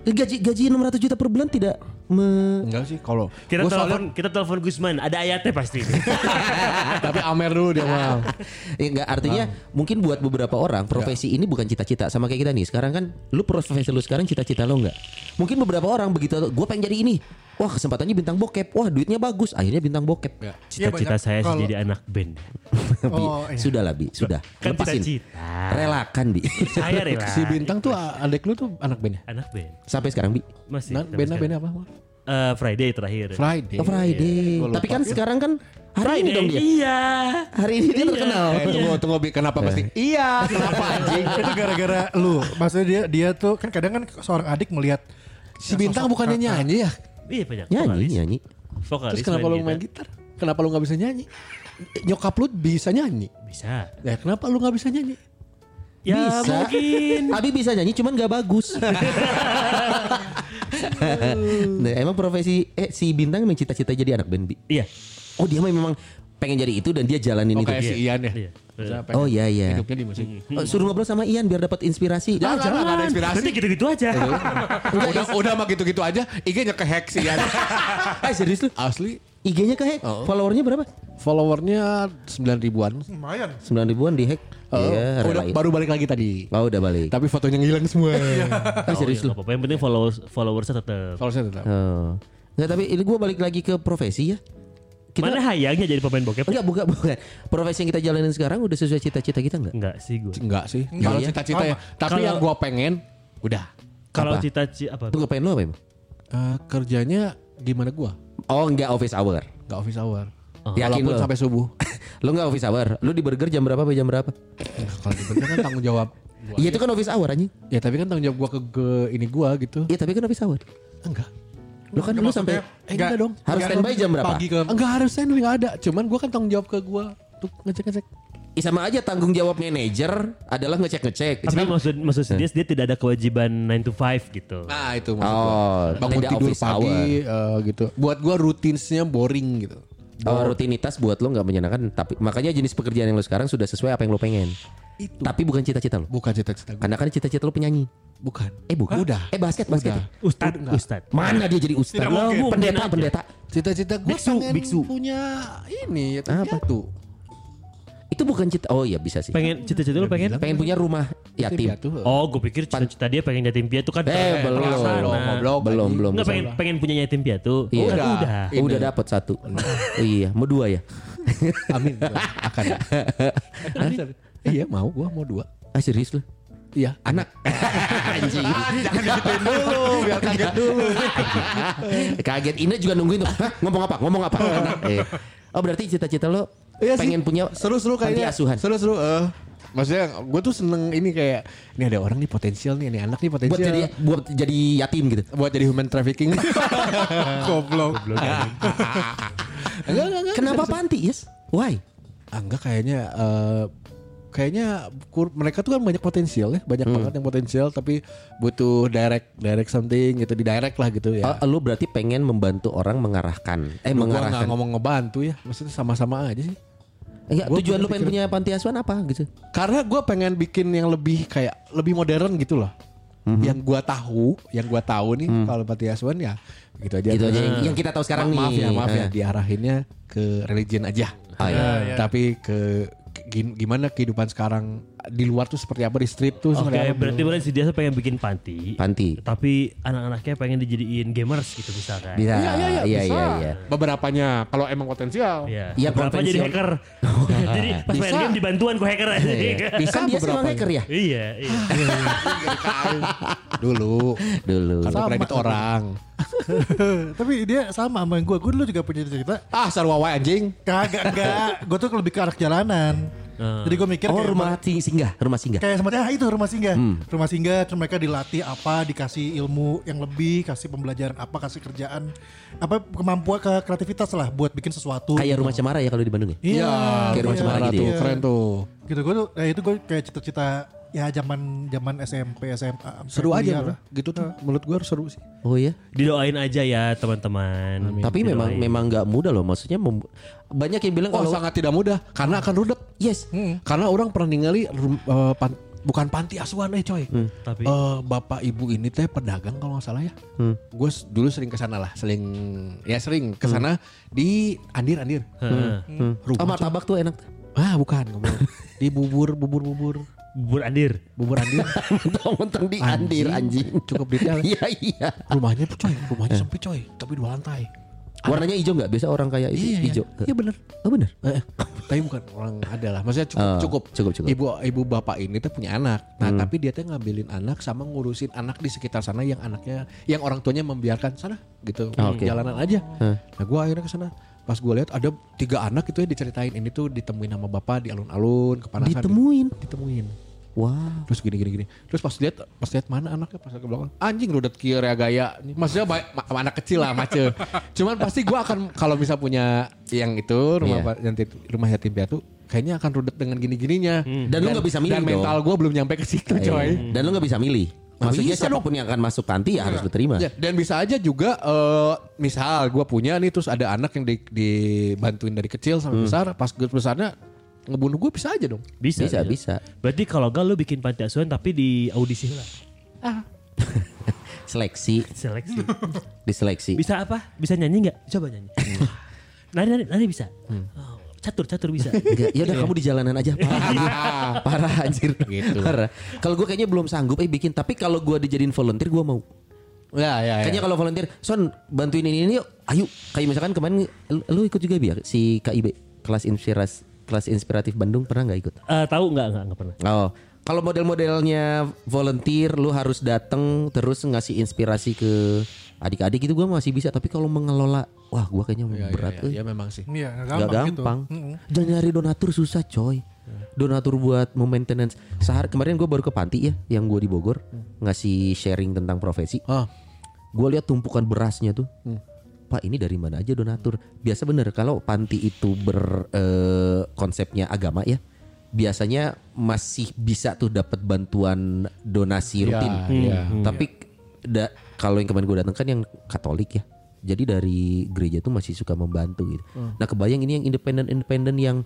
gaji gaji 600 juta per bulan tidak me
Enggak sih kalau
Kita
gua
telepon
soalnya-
kita telepon Gusman, ada ayatnya pasti.
tapi Amer dulu dia mah.
Ya enggak artinya
Nah.
mungkin buat beberapa orang profesi ini bukan cita-cita sama kayak kita nih. Sekarang kan lu profesi lu sekarang cita-cita lo enggak? Mungkin beberapa orang begitu gue pengen jadi ini. Wah, kesempatannya bintang bokep. Wah, duitnya bagus. Akhirnya bintang bokep.
Ya.
Cita-cita
banyak.
saya sih
Kalau-
jadi anak band.
Bi,
Oh, iya.
Sudah lah, Bi. Sudah.
Kan
Lepasin.
cita-cita.
Relakan, Bi.
Saya rela.
Si Bintang tuh a- adik lu tuh anak band ya?
anak band.
Sampai sekarang, Bi.
Masih.
Nah,
sampai
bandnya
sekarang.
bandnya apa?
Eh, Friday terakhir.
Friday. Iya.
Oh, Friday. Tapi kan sekarang kan
iya.
hari ini
Friday.
dong dia.
Iya.
Hari ini dia terkenal.
Eh, tunggu, tunggu Bi, kenapa pasti? Iya, kenapa anjing?
itu gara-gara lu. Maksudnya dia dia tuh kan kadang kan seorang adik melihat
Si Bintang bukannya nyanyi ya?
Iya banyak.
Nyanyi,
vokalis.
nyanyi.
Vokalis.
Terus kenapa lu main gitar? Kenapa lu nggak bisa nyanyi? Nyokap lu bisa nyanyi.
Bisa.
Ya kenapa lu nggak bisa nyanyi?
Ya
Bisa.
mungkin.
Abi bisa nyanyi cuman gak bagus. nah, emang profesi eh si Bintang memang cita-cita jadi anak band Bi.
Iya.
Oh, dia mah memang pengen jadi itu dan dia jalanin
Oh
itu.
kayak si Ian ya?
Iya.
Misalnya pengen
Oh iya iya.
Hidupnya di musik.
Oh, suruh ngobrol sama Ian biar dapat inspirasi. Oh,
Jangan,
Lah,
jangan nggak ada inspirasi.
Nanti gitu-gitu aja.
udah udah mah gitu-gitu aja. IG-nya kehack si Ian.
Eh serius lu?
Asli
IG-nya kehack.
Oh.
Followernya berapa?
followernya 9 ribuan.
lumayan.
9 ribuan dihack.
Oh,
Iya,
udah,
relain.
baru balik lagi tadi.
Oh, udah balik. iya.
Tapi fotonya ngilang semua.
Oh, serius lu. Apa yang penting followers followersnya tetap.
Kalau saya tetap.
Oh. Nggak, tapi ini gue balik lagi ke profesi ya. Kita
Mana hayangnya jadi pemain bokep?
Enggak, bukan, bukan. Profesi yang kita jalanin sekarang udah sesuai cita-cita kita enggak?
Enggak sih gue.
Enggak sih. Kalau
Iya.
cita-cita ya. Tapi
Kalau-
yang gua pengen udah
Kalau
Apa?
cita-cita apa?
Tuh ngapain lu apa emang?
Eh, kerjanya gimana gua?
Oh, enggak office hour.
Enggak office hour.
Yakin
Walaupun
lo?
sampai subuh.
Lu enggak office hour. Lu di burger jam berapa sampai jam berapa?
Nah, kalau diberikan kan tanggung jawab. gua.
Iya itu kan office hour anjing.
Ya tapi kan tanggung jawab gua ke, ke ini gua gitu.
Iya tapi kan office hour.
Enggak.
Lu kan dulu sampai
Eh, enggak dong.
harus
Enggak,
standby jam berapa?
Pagi ke
Enggak harus saya enggak ada. Cuman gua kan tanggung jawab ke gua untuk ngecek-ngecek.
Ih, sama aja tanggung jawab manajer adalah ngecek-ngecek.
Tapi maksud maksud
Eh.
dia dia tidak ada kewajiban 9 to 5 gitu.
Nah, itu
Oh,
gua. Bangun
tidak
tidur
office
pagi eh, gitu. Buat gua rutinsnya boring gitu.
Oh, rutinitas buat lo nggak menyenangkan tapi makanya jenis pekerjaan yang lo sekarang sudah sesuai apa yang lo pengen.
Itu.
Tapi bukan cita-cita lo.
Bukan cita-cita gua.
Karena kan cita-cita lo penyanyi.
Bukan.
Eh bukan.
Udah.
Eh basket basket.
Udah.
Ustad, Ustad.
Mana dia jadi ustaz?
Tidak mungkin.
Lo
Mungkin
Pendeta
aja.
pendeta.
Cita-cita gua
Biksu,
pengen
biksu.
punya ini ya
Apa?
tuh?
Itu bukan cita. Oh iya bisa sih.
Pengen cita-cita lu pengen?
Pengen punya rumah yatim.
Piatu.
Oh, gue pikir cita-cita dia pengen yatim piatu kan.
Eh belum.
pelaksana.
Belum
Goblok, anjing.
belum.
Nggak pengen pengen punya yatim piatu.
Iya.
Kan
Udah.
udah.
Oh, udah dapat satu. iya, mau dua ya?
Amin. gua Akan. Amin. Iya mau gua mau dua.
Ah serius lu?
Iya.
Anak. Anjing.
Jangan digituin dulu, biar kaget dulu.
Kaget Ina juga nungguin tuh. Hah, ngomong apa? Ngomong apa? Anak. Eh. Oh berarti cita-cita lo
Iya sih.
pengen punya
Seru-seru
panti
kayaknya.
asuhan.
Seru-seru. eh. maksudnya gue tuh seneng ini kayak ini ada orang nih potensial nih, ini anak nih potensial.
buat jadi buat jadi yatim gitu.
buat jadi human trafficking. Goblok. enggak, enggak, enggak.
Kenapa panti, Yes? Why?
Ah, enggak kayaknya eh, kayaknya kur- mereka tuh kan banyak potensial ya, banyak
Hmm.
banget yang potensial tapi butuh direct direct something gitu, di direct lah gitu ya.
Oh, lo berarti pengen membantu orang mengarahkan. Eh
Lu gua nggak
mengarahkan.
ngomong ngebantu ya, maksudnya sama-sama aja sih.
Enggak, Iya,
Gua
tujuan
punya
lo pengen punya panti asuhan apa gitu?
Karena gue pengen bikin yang lebih kayak lebih modern gitu loh.
Hmm.
Yang gua tahu, yang gua tahu nih kalau Panti Asuhan ya gitu aja.
Gitu aja yang- yang kita tahu sekarang
Ma- maaf
nih.
ya, maaf ya,
Ah.
diarahinnya ke religion aja.
Ah, iya.
Nah, tapi ke ke- gim- gimana kehidupan sekarang di luar tuh seperti apa di street tuh
Oke,
seperti apa
berarti berarti si dia tuh pengen bikin panti.
Panti.
Tapi anak-anaknya pengen dijadiin gamers gitu misalkan.
Bisa.
Iya, iya,
Iya,
iya, bisa.
iya, iya.
Beberapanya kalau emang potensial.
Iya.
Iya,
Berapa jadi
konvensional.
hacker? jadi pas main
Bisa.
game dibantuan gue hacker aja.
Iya.
Bisa dia
beberapa
seorang hacker
Kan
ya?
iya, iya.
Dulu
Dulu.
kartu
Sama.
kredit orang.
Tapi dia sama sama gue. Gue dulu juga punya cerita.
Ah, sarwawa anjing.
Kagak, enggak. Gue tuh lebih ke arah jalanan. Jadi gue mikir
Oh
ya?
kayak-
rumah Hmm. sing- singgah, rumah singgah.
Kayak semacam ah, itu rumah singgah. Rumah singgah terus mereka dilatih apa, dikasih ilmu yang lebih, kasih pembelajaran apa, kasih kerjaan apa kemampuan ke kreativitas lah buat bikin sesuatu.
gitu.
Kayak rumah cemara ya kalau di Bandung ya.
Iya.
Kayak rumah
iya.
cemara gitu
tuh,
ya.
keren tuh.
Gitu gue tuh kayak itu gue kayak cita-cita ya zaman zaman SMP, SMA. sampai
Seru aja
kuliah
bro.
lah.
Gitu tuh menurut gua harus seru sih.
Oh iya.
Didoain aja ya teman-teman.
Tapi memang
Didoain.
memang nggak mudah loh. Maksudnya mem- banyak yang bilang
Oh,
kalau
sangat tidak mudah karena akan rudet. Yes. Karena orang pernah ningali rum- eh, pan- bukan panti asuhan eh coy.
tapi-
Eh, bapak ibu ini teh pedagang kalau nggak salah ya. Gue dulu sering ke sana lah, sering ya sering ke sana di andir-andir.
Heeh.
Rumah
oh, martabak tuh enak.
Ah bukan ngomong. Di bubur bubur bubur
Bubur andir.
bubur andir.
Mentang-mentang di andir anjing.
Cukup detail.
Iya
ya.
iya.
Rumahnya coy, rumahnya sempit coy, tapi dua lantai.
Warnanya hijau nggak? Biasa orang kayak itu hijau.
Iya bener.
Oh bener.
Eh, tapi bukan orang adalah maksudnya cukup,
Eh,
cukup
cukup, cukup. Hmm.
ibu ibu bapak ini tuh punya anak nah tapi dia tuh ngambilin anak sama ngurusin anak di sekitar sana yang anaknya yang orang tuanya membiarkan sana gitu
Oh, oke.
jalanan aja nah gue akhirnya ke sana pas gue lihat ada tiga anak itu ya diceritain ini tuh ditemuin sama bapak di alun-alun kepanasan gitu.
Ditemuin.
ditemuin
Wow.
terus gini gini gini terus pas lihat pas lihat mana anaknya pas ke belakang anjing rudet kieu rea gaya maksudnya baik, ma- anak kecil lah mace cuman pasti gua akan kalau bisa punya yang itu rumah
Iya.
apa- yang tit- rumah yatim piatu kayaknya akan rudet dengan gini gininya
Dan lu nggak bisa milih
dan
dong.
mental gua belum nyampe ke situ
Eh,
coy
Dan lo nggak bisa milih.
Nah,
Maksudnya
bisa
siapapun yang akan masuk panti ya harus diterima.
Ya, dan bisa aja juga eh, misal gua punya nih terus ada anak yang di, dibantuin dari kecil sampai
Hmm.
besar pas gua besarnya ngebunuh gua bisa aja dong
Bisa, gitu.
Bisa, bisa.
Berarti kalau enggak lu bikin panti asuhan tapi di audisi lah.
Seleksi,
Seleksi.
diseleksi.
bisa apa? Bisa nyanyi enggak? Coba nyanyi.
Hmm.
nari, nari, nari bisa. Oh, catur, catur bisa.
Enggak, ya udah kamu di jalanan aja parah anjir. parah anjir.
Gitu.
Parah. Kalau gue kayaknya belum sanggup eh bikin, tapi kalau gue dijadiin volunteer gue mau.
ya ya,
Kayaknya kalau volunteer, Son bantuin ini ini yuk. Ayo, kayak misalkan kemarin lu, lu ikut juga biar si KIB kelas inspirasi kelas inspiratif Bandung pernah nggak ikut?
Eh, tahu enggak? Enggak, enggak pernah.
Oh, kalau model-modelnya volunteer, lu harus datang terus ngasih inspirasi ke adik-adik itu gue masih bisa. Tapi kalau mengelola, wah gue kayaknya berat. eh.
ya memang sih
Iya, nggak
Gak
gampang, gitu.
gampang. Dan nyari donatur susah coy. Donatur buat maintenance. Sehari kemarin gue baru ke panti ya, yang gue di Bogor
Mm.
ngasih sharing tentang profesi.
Oh.
Ah.
Gue lihat tumpukan berasnya tuh.
Mm.
Pak ini dari mana aja donatur? Biasa bener kalau panti itu berkonsepnya agama ya. Biasanya masih bisa tuh dapat bantuan donasi
Iya,
rutin.
iya.
Tapi da- kalau yang kemarin gue datang kan yang Katolik ya. Jadi dari gereja tuh masih suka membantu gitu.
Hmm.
Nah kebayang ini yang independen-independen yang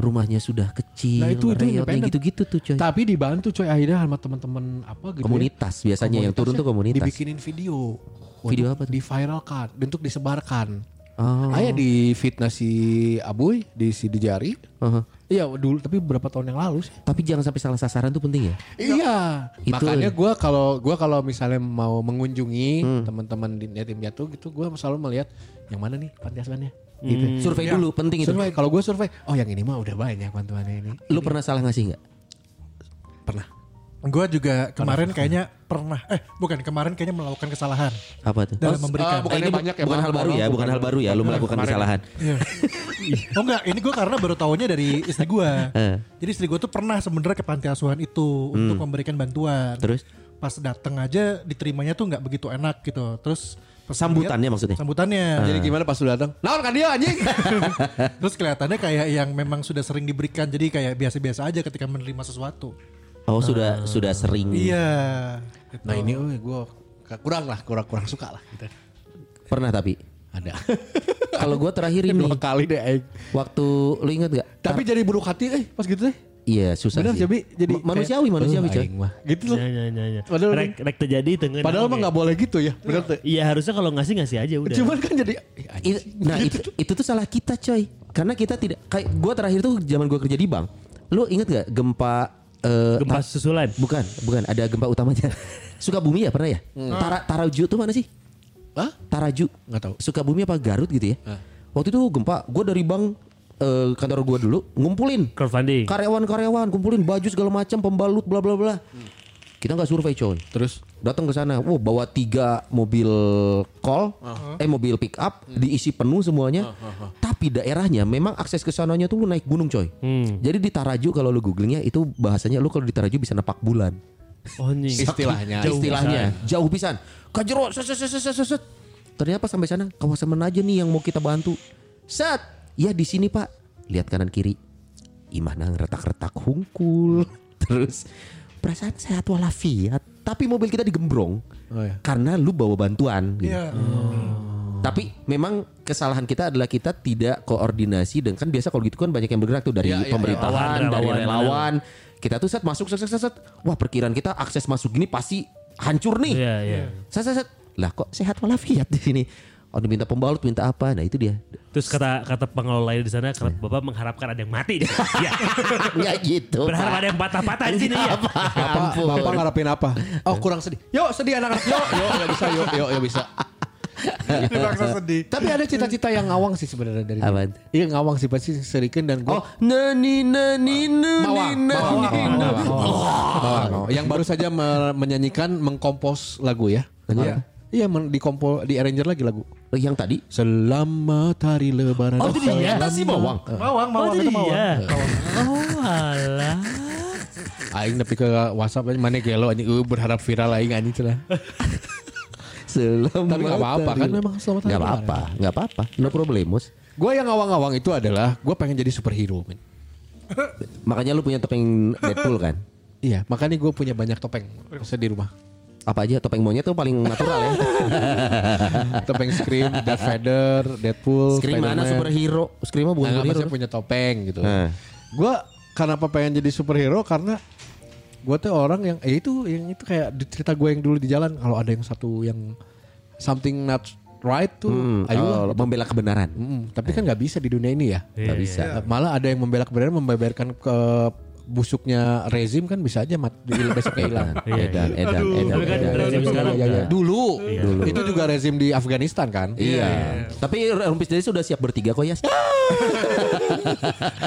rumahnya sudah kecil,
Nah, itu- itu
reot, yang
independen.
Iya, gitu-gitu tuh coy.
Tapi dibantu coy akhirnya sama teman-teman apa gitu. ya.
Komunitas biasanya, yang turun tuh komunitas.
Dibikinin video.
Video
Untuk
apa tuh?
Diviralkan, untuk disebarkan.
Oh.
Ayah di fitnah si Abuy di si Dijari.
Aha.
Iya dulu tapi berapa tahun yang lalu sih?
Tapi jangan sampai salah sasaran tuh penting ya.
Iya.
Itu-
Makanya gua kalau gua kalau misalnya mau mengunjungi
Hmm.
teman-teman di yatim piatu gitu gua selalu melihat yang mana nih panti asuhannya gitu.
Hmm. Survei dulu penting itu.
Survei kalau gua survei, oh yang ini mah udah banyak bantuannya ini.
Lu pernah salah ngasih nggak?
Pernah.
Gue juga kemarin kayaknya pernah, eh bukan kemarin kayaknya melakukan kesalahan
Apa tuh?
dalam
Oh,
memberikan.
ah, bukannya
ini bu-
banyak ya,
bukan
Bang.
hal baru ya,
Bukan-
bukan hal baru ya lu melakukan
Kemarin.
kesalahan.
Iya. oh enggak, ini gue karena baru tahunya dari istri gue.
Eh.
Jadi istri gue tuh pernah sebenarnya ke panti asuhan itu untuk memberikan bantuan.
Hmm. Terus?
pas datang aja diterimanya tuh nggak begitu enak gitu. Terus pas
Sambutannya
lihat-
maksudnya? Eh.
Sambutannya.
Jadi gimana pas lu datang? Naon kan dia anjing.
Terus kelihatannya kayak yang memang sudah sering diberikan jadi kayak biasa-biasa aja ketika menerima sesuatu.
Oh
Ah.
sudah sudah sering.
Iya.
Nah ini oh, gue kurang lah, kurang kurang suka lah. Gitu.
Pernah tapi.
Ada.
Kalau gua terakhir ini
Dua kali deh. Aing.
waktu lu ingat nggak?
Tapi jadi buruk hati eh pas gitu deh.
Iya susah
Bener
sih.
jadi jadi
Ma- manusiawi
kayak,
manusiawi
"Eh,
coy.
Aing mah. Gitu loh.
Iya,
Ya, ya, ya, ya.
Padahal-
rek, rek terjadi tengen.
Padahal mah nggak boleh gitu ya. Bener tuh.
Iya harusnya kalau ngasih ngasih aja udah.
nah,
Cuman kan jadi eh, anjing.
It- nah itu, itu tuh salah kita coy karena kita tidak kayak gue terakhir tuh zaman gue kerja di bank lu inget gak gempa eh,
Gempa
Ta-
susulan.
bukan bukan ada gempa utamanya Sukabumi ya pernah ya Tara, Taraju tuh mana sih
Hah?
Taraju
Hmm. Nggak tahu. Ah.
Sukabumi apa Garut gitu ya waktu itu gempa gue dari bank eh, kantor gue dulu ngumpulin
Crowdfunding.
karyawan-karyawan kumpulin baju segala macam pembalut bla bla bla
Hmm.
kita nggak survei coy
Terus
datang ke sana, wah bawa tiga mobil kol, eh mobil pick up diisi penuh semuanya. Tapi daerahnya memang akses ke sananya tuh lu naik gunung coy. Jadi di Taraju kalau lu googlingnya itu bahasanya lu kalau di Taraju bisa nepak bulan.
Oh, Anjing.
istilahnya
Jauh istilahnya jauh pisan. Kajero, set, set, set, set, set, set. ternyata pas sampai sana kawasan mana aja nih yang mau kita bantu. Set, ya di sini pak. Lihat kanan kiri. Imahna retak-retak hungkul. Terus perasaan sehat walafiat. Tapi mobil kita digembrong
Oh, iya.
karena lu bawa bantuan. gitu.
Iya.
Tapi memang kesalahan kita adalah kita tidak koordinasi dengan kan biasa kalau gitu kan banyak yang bergerak tuh dari
Iya, iya,
pemerintahan,
relawan,
dari
relawan,
relawan. Kita tuh set masuk set set set. set. Wah, perkiraan kita akses masuk gini pasti hancur nih.
Iya, iya.
Set set set. Lah kok sehat walafiat di sini. Oh, minta pembalut, minta apa? Nah, itu dia.
Terus kata kata pengelola di sana, kata bapak mengharapkan ada yang mati. Iya.
ya gitu.
Berharap ada yang patah-patah di sini ya.
Ah, Bapak, bapak ngarepin apa? Oh kurang sedih. Yuk sedih anak-anak. Yuk, yuk, nggak bisa, yuk, yuk, yuk bisa.
Dipaksa sedih.
Tapi ada cita-cita yang ngawang sih sebenarnya dari.
Apa?
dulu. Iya ngawang sih pasti serikin dan gue.
Oh, nani nani
Mawang,
nani nani.
Mawang, Mawang, Mawang,
Ah,
Mawang. Oh,
gitu.
Yang baru saja me- menyanyikan mengkompos lagu ya.
Lagu
Iya. Iya, men- dikompol di arranger lagi lagu.
Eh, Yang tadi
Selamat hari lebaran.
Oh, itu dia.
Selamat-
Kata si Mawang.
Mawang, mawang,
jadi
itu mawang.
iya. Oh, alah.
Aing tapi ke WhatsApp aja mana gelo anjing eueuh, berharap viral aing anjing celah.
Selamat
Tapi nggak apa-apa kan
hari-
memang selamat hari
Nggak
lebaran.
apa-apa, nggak apa-apa. No problemos.
Gue yang ngawang-ngawang itu adalah gue pengen jadi superhero, men.
Makanya lu punya topeng Deadpool kan?
Iya, makanya gue punya banyak topeng maksudnya di rumah.
Apa aja topeng monyet tuh paling natural ya.
Topeng Scream, Darth Vader, Deadpool,
Scream mana
Spider-Man.
superhero? Scream mah bukan
Nah, nggak,
superhero.
maksudnya punya topeng gitu.
Nah.
Gue kenapa pengen jadi superhero karena gue tuh orang yang ya itu yang itu kayak di cerita gue yang dulu di jalan kalau ada yang satu yang something not right tuh
Hmm,
ayo lah.
oh, membela kebenaran.
Mm, tapi kan nggak bisa di dunia ini ya
Nggak bisa.
malah ada yang membela kebenaran membeberkan ke busuknya rezim kan bisa aja mat di- besoknya hilang
Edan, edan, edan, edan,
Tapi kan
edan.
rezim sekarang
Iya, iya.
Iya.
dulu, itu juga rezim di Afghanistan kan
Iya. Tapi Rumpis jadi sudah siap bertiga kok ya.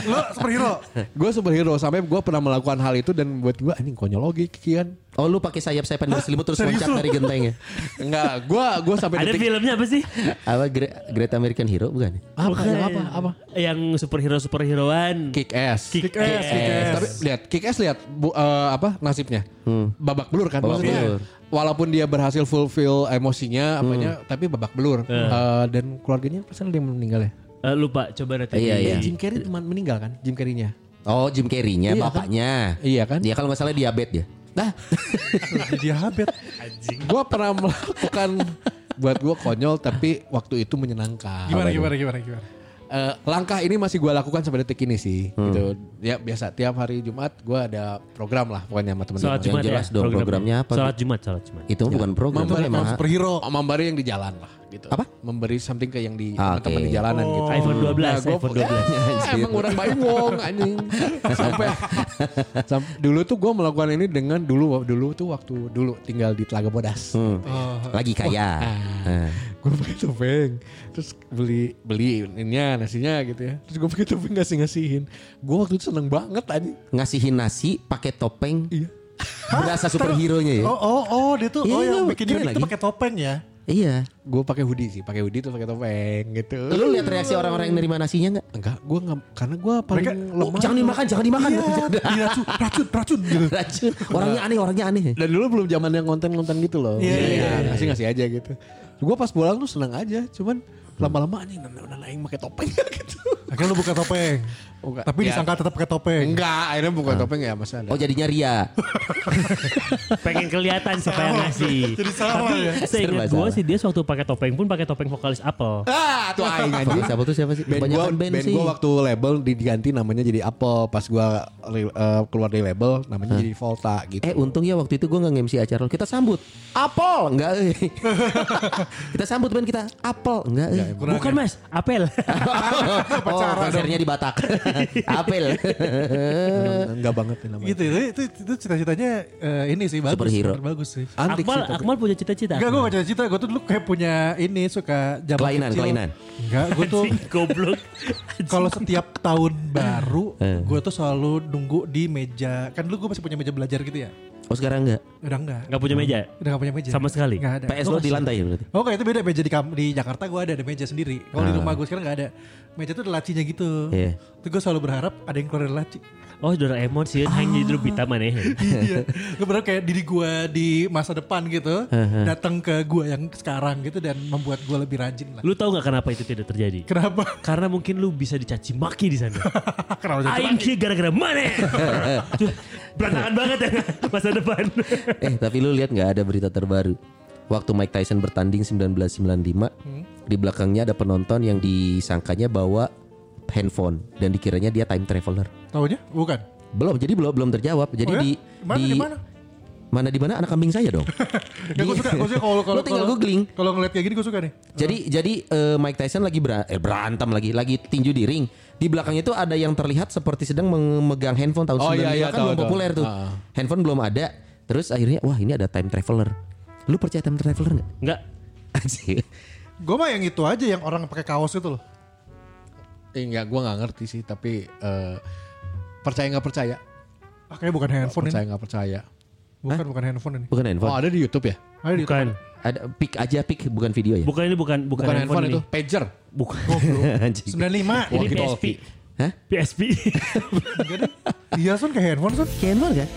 Lo superhero.
gue superhero sampai gue pernah melakukan hal itu dan buat gue anjing konyol lagi kian
Oh lu pakai sayap-sayapan berselimut terus loncat dari genteng ya.
Enggak, gue gue sampai
Ada
detik
filmnya apa sih?
Apa Gre- Great American Hero bukan? ya?
apa
Bukan,
yang apa apa
Yang superhero-superheroan.
kick ass
Kick ass.
Kick ass. tapi lihat kick ass lihat bu, eh, apa nasibnya babak belur kan
Hmm. Babak
maksudnya
belur.
walaupun dia berhasil fulfill emosinya apanya
Hmm.
tapi babak belur
Hmm.
Eh, dan keluarganya pesan dia meninggal ya
Eh, lupa coba nanti.
Iya, iya.
Eh, Jim Carrey teman meninggal kan Jim Carrey-nya
Oh Jim Carrey-nya bapaknya.
Iya kan?
Dia kalau nggak salah diabetes ya.
nah
Jadi diabet.
gue pernah melakukan buat gue konyol tapi waktu itu menyenangkan
Gimana, gimana, gimana, gimana.
Eh, langkah ini masih gue lakukan sampai detik ini sih
Hmm.
gitu ya biasa tiap hari Jumat gue ada program lah pokoknya sama teman-teman
Sholat
Yang
Jumat ya.
jelas dong programnya apa?
Sholat Jumat, sholat Jumat.
Itu mah bukan program
Memberi
itu emang.
Superhero.
Oh, memberi yang di jalan lah gitu.
Apa?
Memberi something ke yang di
Ah,
teman-teman
oke.
di jalanan gitu.
Oh, iPhone 12,
gua-
iPhone 12.
Eh, emang orang bayi wong anjing. Sampai sam- dulu tuh gue melakukan ini dengan dulu dulu tuh waktu dulu tinggal di Telaga Bodas.
Hmm. Lagi kaya. Eh.
Gue pakai topeng, terus beli beli ininya nasinya gitu ya. Terus gue pakai topeng ngasih ngasihin. Gue waktu itu seneng banget anjing.
Ngasihin nasi pakai topeng.
Iya.
Berasa superhero-nya ya.
Oh, oh, oh, dia tuh, oh
Iya, iya,
yang bikin
keren
dia itu
lagi.
pakai topeng ya.
Iya.
Gue pakai hoodie sih, pakai hoodie terus pakai topeng gitu.
Lu lihat reaksi orang-orang yang nerima nasinya nggak?
Enggak, gue nggak karena gue paling
Mereka,
Oh,
lemah.
jangan dimakan, jangan dimakan.
Iya, iya, racun, racun, racun gitu.
Racun. Orangnya aneh, orangnya aneh.
Dan dulu belum zaman yang konten-konten gitu loh.
Iya, iya,
Ngasih ngasih aja gitu. Gue pas pulang tuh seneng aja, cuman lama-lama anjing nana nana aing pakai topeng gitu.
Akhirnya lu buka topeng.
Enggak.
Tapi
Ya.
disangka tetap pakai topeng.
Enggak, akhirnya bukan topeng ya masih ada.
Oh jadinya Ria. Iya.
pengen kelihatan siapa yang ngasih.
Nah, Jadi sama
Tapi
ya.
seingat
Serba
gue
salah.
sih dia waktu pakai topeng pun pakai topeng vokalis Apple.
Ah, tuh aing anjing.
Siapa tuh siapa sih?
Band gua,
Kebanyakan band,
band,
sih.
gua waktu label diganti namanya jadi Apple. Pas gua re- eh, keluar dari label namanya jadi Volta gitu.
Eh untung ya waktu itu gue nggak nge-MC acara lo. Kita sambut Apel Enggak eh. Kita sambut band kita Apel Enggak
Ya,
eh.
Bukan mas, Apple.
oh konsernya di Batak Apel
enggak banget nih namanya.
Gitu itu itu, itu cita-citanya eh, ini sih bagus.
Superhero.
bener Bagus sih.
Antik
Akmal,
sih, tapi-
Akmal punya cita-cita.
Enggak gue gak cita-cita, gue tuh dulu kayak punya ini suka zaman
Kelainan,
kecil.
kelainan.
Enggak, gue tuh
Goblok.
kalau setiap tahun baru gue tuh selalu nunggu di meja. Kan dulu gue masih punya meja belajar gitu ya.
Oh sekarang enggak
Udah enggak.
Gak punya meja.
Udah gak punya meja.
Sama sekali?
Enggak ada.
PS
Gua
lo di
masih-
lantai ya berarti
Oh kayak itu beda meja di, kam- di Jakarta gue ada ada meja sendiri. Kalau di rumah gue sekarang nggak ada. Meja tuh ada lacinya gitu.
Iya.
Itu gue selalu berharap ada yang keluar dari laci.
Oh Doraemon sih,
Ah.
hanya jadi Nobita mana ya.
iya. Gue berharap kayak diri gue di masa depan gitu datang ke gue yang sekarang gitu dan membuat gue lebih rajin lah.
Lu tau gak kenapa itu tidak terjadi?
Kenapa?
Karena mungkin lu bisa dicaci maki di sana.
Kenapa jadi
Aing kia gara-gara mana? Berantakan banget ya masa depan.
Eh tapi lu lihat nggak ada berita terbaru Waktu Mike Tyson bertanding 1995
Hmm.
Di belakangnya ada penonton yang disangkanya bawa handphone Dan dikiranya dia time traveler
Taunya? Bukan.
Belum jadi belum belum terjawab Jadi
Oh ya?
di
Mana,
di
di mana?
Mana di mana anak kambing saya dong
Ya gue
Di-
suka, gue suka kalau kalau
Lu tinggal
kalau-
googling
Kalau ngeliat kayak gini gue suka nih.
Jadi jadi eh, Mike Tyson lagi bera- eh, berantem lagi, lagi tinju di ring. Di belakangnya itu ada yang terlihat seperti sedang memegang handphone tahun
Oh,
95
iya, iya,
kan
tahu,
belum
tahu.
populer tuh.
Ah.
Handphone belum ada. Terus akhirnya wah ini ada time traveler. Lu percaya time traveler nggak?
Enggak.
Anjir.
Gue mah yang itu aja yang orang pakai kaos itu loh.
Eh, enggak, gua nggak ngerti sih, tapi eh, percaya nggak percaya?
Akhirnya bukan handphone ini.
percaya nggak percaya?
Bukan bukan handphone ini.
Bukan
Oh,
handphone.
ada di YouTube ya?
Ayo di
Bukan.
Ada pick aja pick bukan video ya.
Bukan ini bukan bukan,
Bukan handphone itu,
nih.
pager.
Bukan.
Anjir.
95.
Ini PSP.
Walkie-talkie.
Hah?
PSP.
Enggak deh. Iya Sun kayak handphone Sun.
Kayak handphone kan?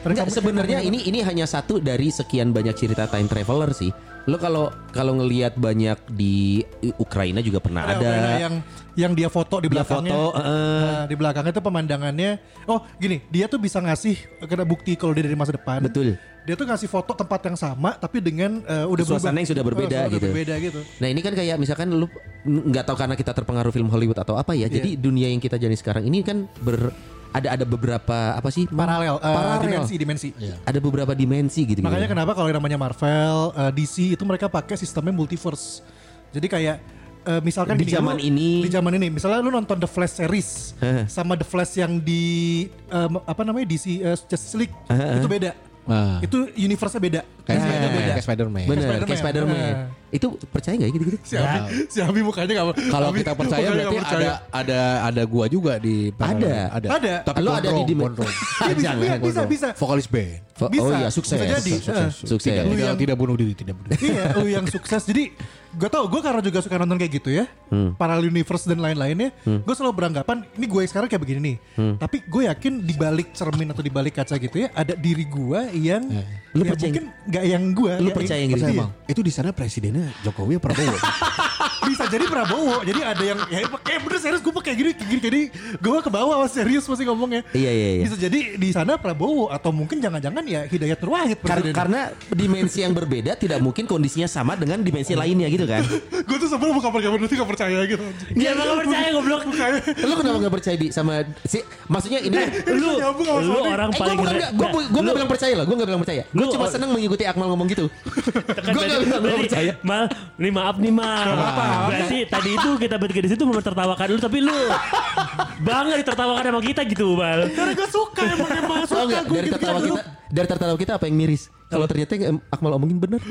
Tadi
Nggak,
kamu-
sebenarnya ini ini hanya satu dari sekian banyak cerita time traveler sih. Lo kalau kalau ngelihat banyak di Ukraina juga pernah
ada,
ada.
Wena yang yang dia foto di
Dia
belakangnya.
foto, eh.
Nah, di belakangnya tuh pemandangannya. Oh, gini, dia tuh bisa ngasih eh, kena bukti kalau dia dari masa depan.
Betul.
Dia tuh ngasih foto tempat yang sama tapi dengan eh, udah
Suasana yang sudah berbeda
Eh, suasana
gitu.
Berbeda gitu.
Nah ini kan kayak misalkan lu n- nggak tahu karena kita terpengaruh film Hollywood atau apa ya.
Iya.
Jadi dunia yang kita jalani sekarang ini kan ber ada ada beberapa apa sih?
Paralel, eh,
Paralel. Iya.
dimensi dimensi.
Ada beberapa dimensi gitu.
Makanya
gitu.
kenapa kalau yang namanya Marvel, eh, DC itu mereka pakai sistemnya multiverse. Jadi kayak eh, misalkan
Di
gini,
zaman
lu-
ini.
di zaman ini, misalnya lu nonton The Flash series sama The Flash yang di eh, apa namanya DC eh, Justice League itu beda.
Ah.
Itu universe-nya beda.
Kayak
Nah,
Spider-Man. Kayak Spider-Man.
Bener,
Spider-Man.
kayak Spider-Man.
Nah.
Itu percaya nggak ya gitu-gitu?
Si Abi, si Abi mukanya gak
Kalau kita percaya berarti ada ada ada gua juga di paralel.
Ada.
Ada.
Tapi
Lu
lu
ada
ada
di
di
dimen-
bisa, bisa, bisa, bisa.
Vokalis band.
Fo-
Bisa,
oh iya sukses.
bisa jadi.
Sukses.
Eh.
Sukses.
Tidak,
Lu
tidak,
yang-
tidak bunuh diri, tidak bunuh diri.
iya, lu yang sukses. Jadi gue tau, gue karena juga suka nonton kayak gitu ya.
Hmm.
Parallel universe dan lain-lainnya. Gue selalu beranggapan, ini gue sekarang kayak begini nih.
Hmm.
Tapi gue yakin di balik cermin atau di balik kaca gitu ya, ada diri gue yang...
Lu
ya
percaya-
mungkin gak yang gue.
Lu percaya yang gitu?
Iya.
Emang itu di sana presidennya Jokowi apa Prabowo.
Bisa jadi Prabowo. Jadi ada yang, ya kayak bener serius gue pakai gini, kayak gini. Jadi gue ke bawah serius masih ngomongnya.
Iya, iya, iya.
Bisa jadi di sana Prabowo atau mungkin jangan-jangan ya Hidayat Nur Wahid
Kar-
presidennya.
karena dimensi yang berbeda tidak mungkin kondisinya sama dengan dimensi lainnya gitu kan?
gue tuh sebelum buka percaya berarti gak percaya gitu
Dia gak Iya, percaya goblok.
Lu kenapa nggak percaya Bi sama si maksudnya ini
Lu
nyambung sama
Eh, lu
Sony.
orang
Eh,
paling
gue bukan
re-
nggak- gue bu- gue nggak bilang percaya loh, gue nggak bilang percaya. Gue
Lu-
cuma seneng mengikuti Akmal ngomong gitu.
Kan
gue
berarti-
nggak bilang nggak
berarti,
percaya.
Mal, nih maaf nih Mal. Berarti tadi itu kita bertiga di situ mempertawakan lu tapi lu bangga ditertawakan sama kita gitu, Mal.
karena gue suka emang emang
Tahu
suka
Oh, nggak
gue
dari
gitu
tertawa kita, dari tertawa kita apa yang miris? Kalau ternyata yang Akmal omongin bener.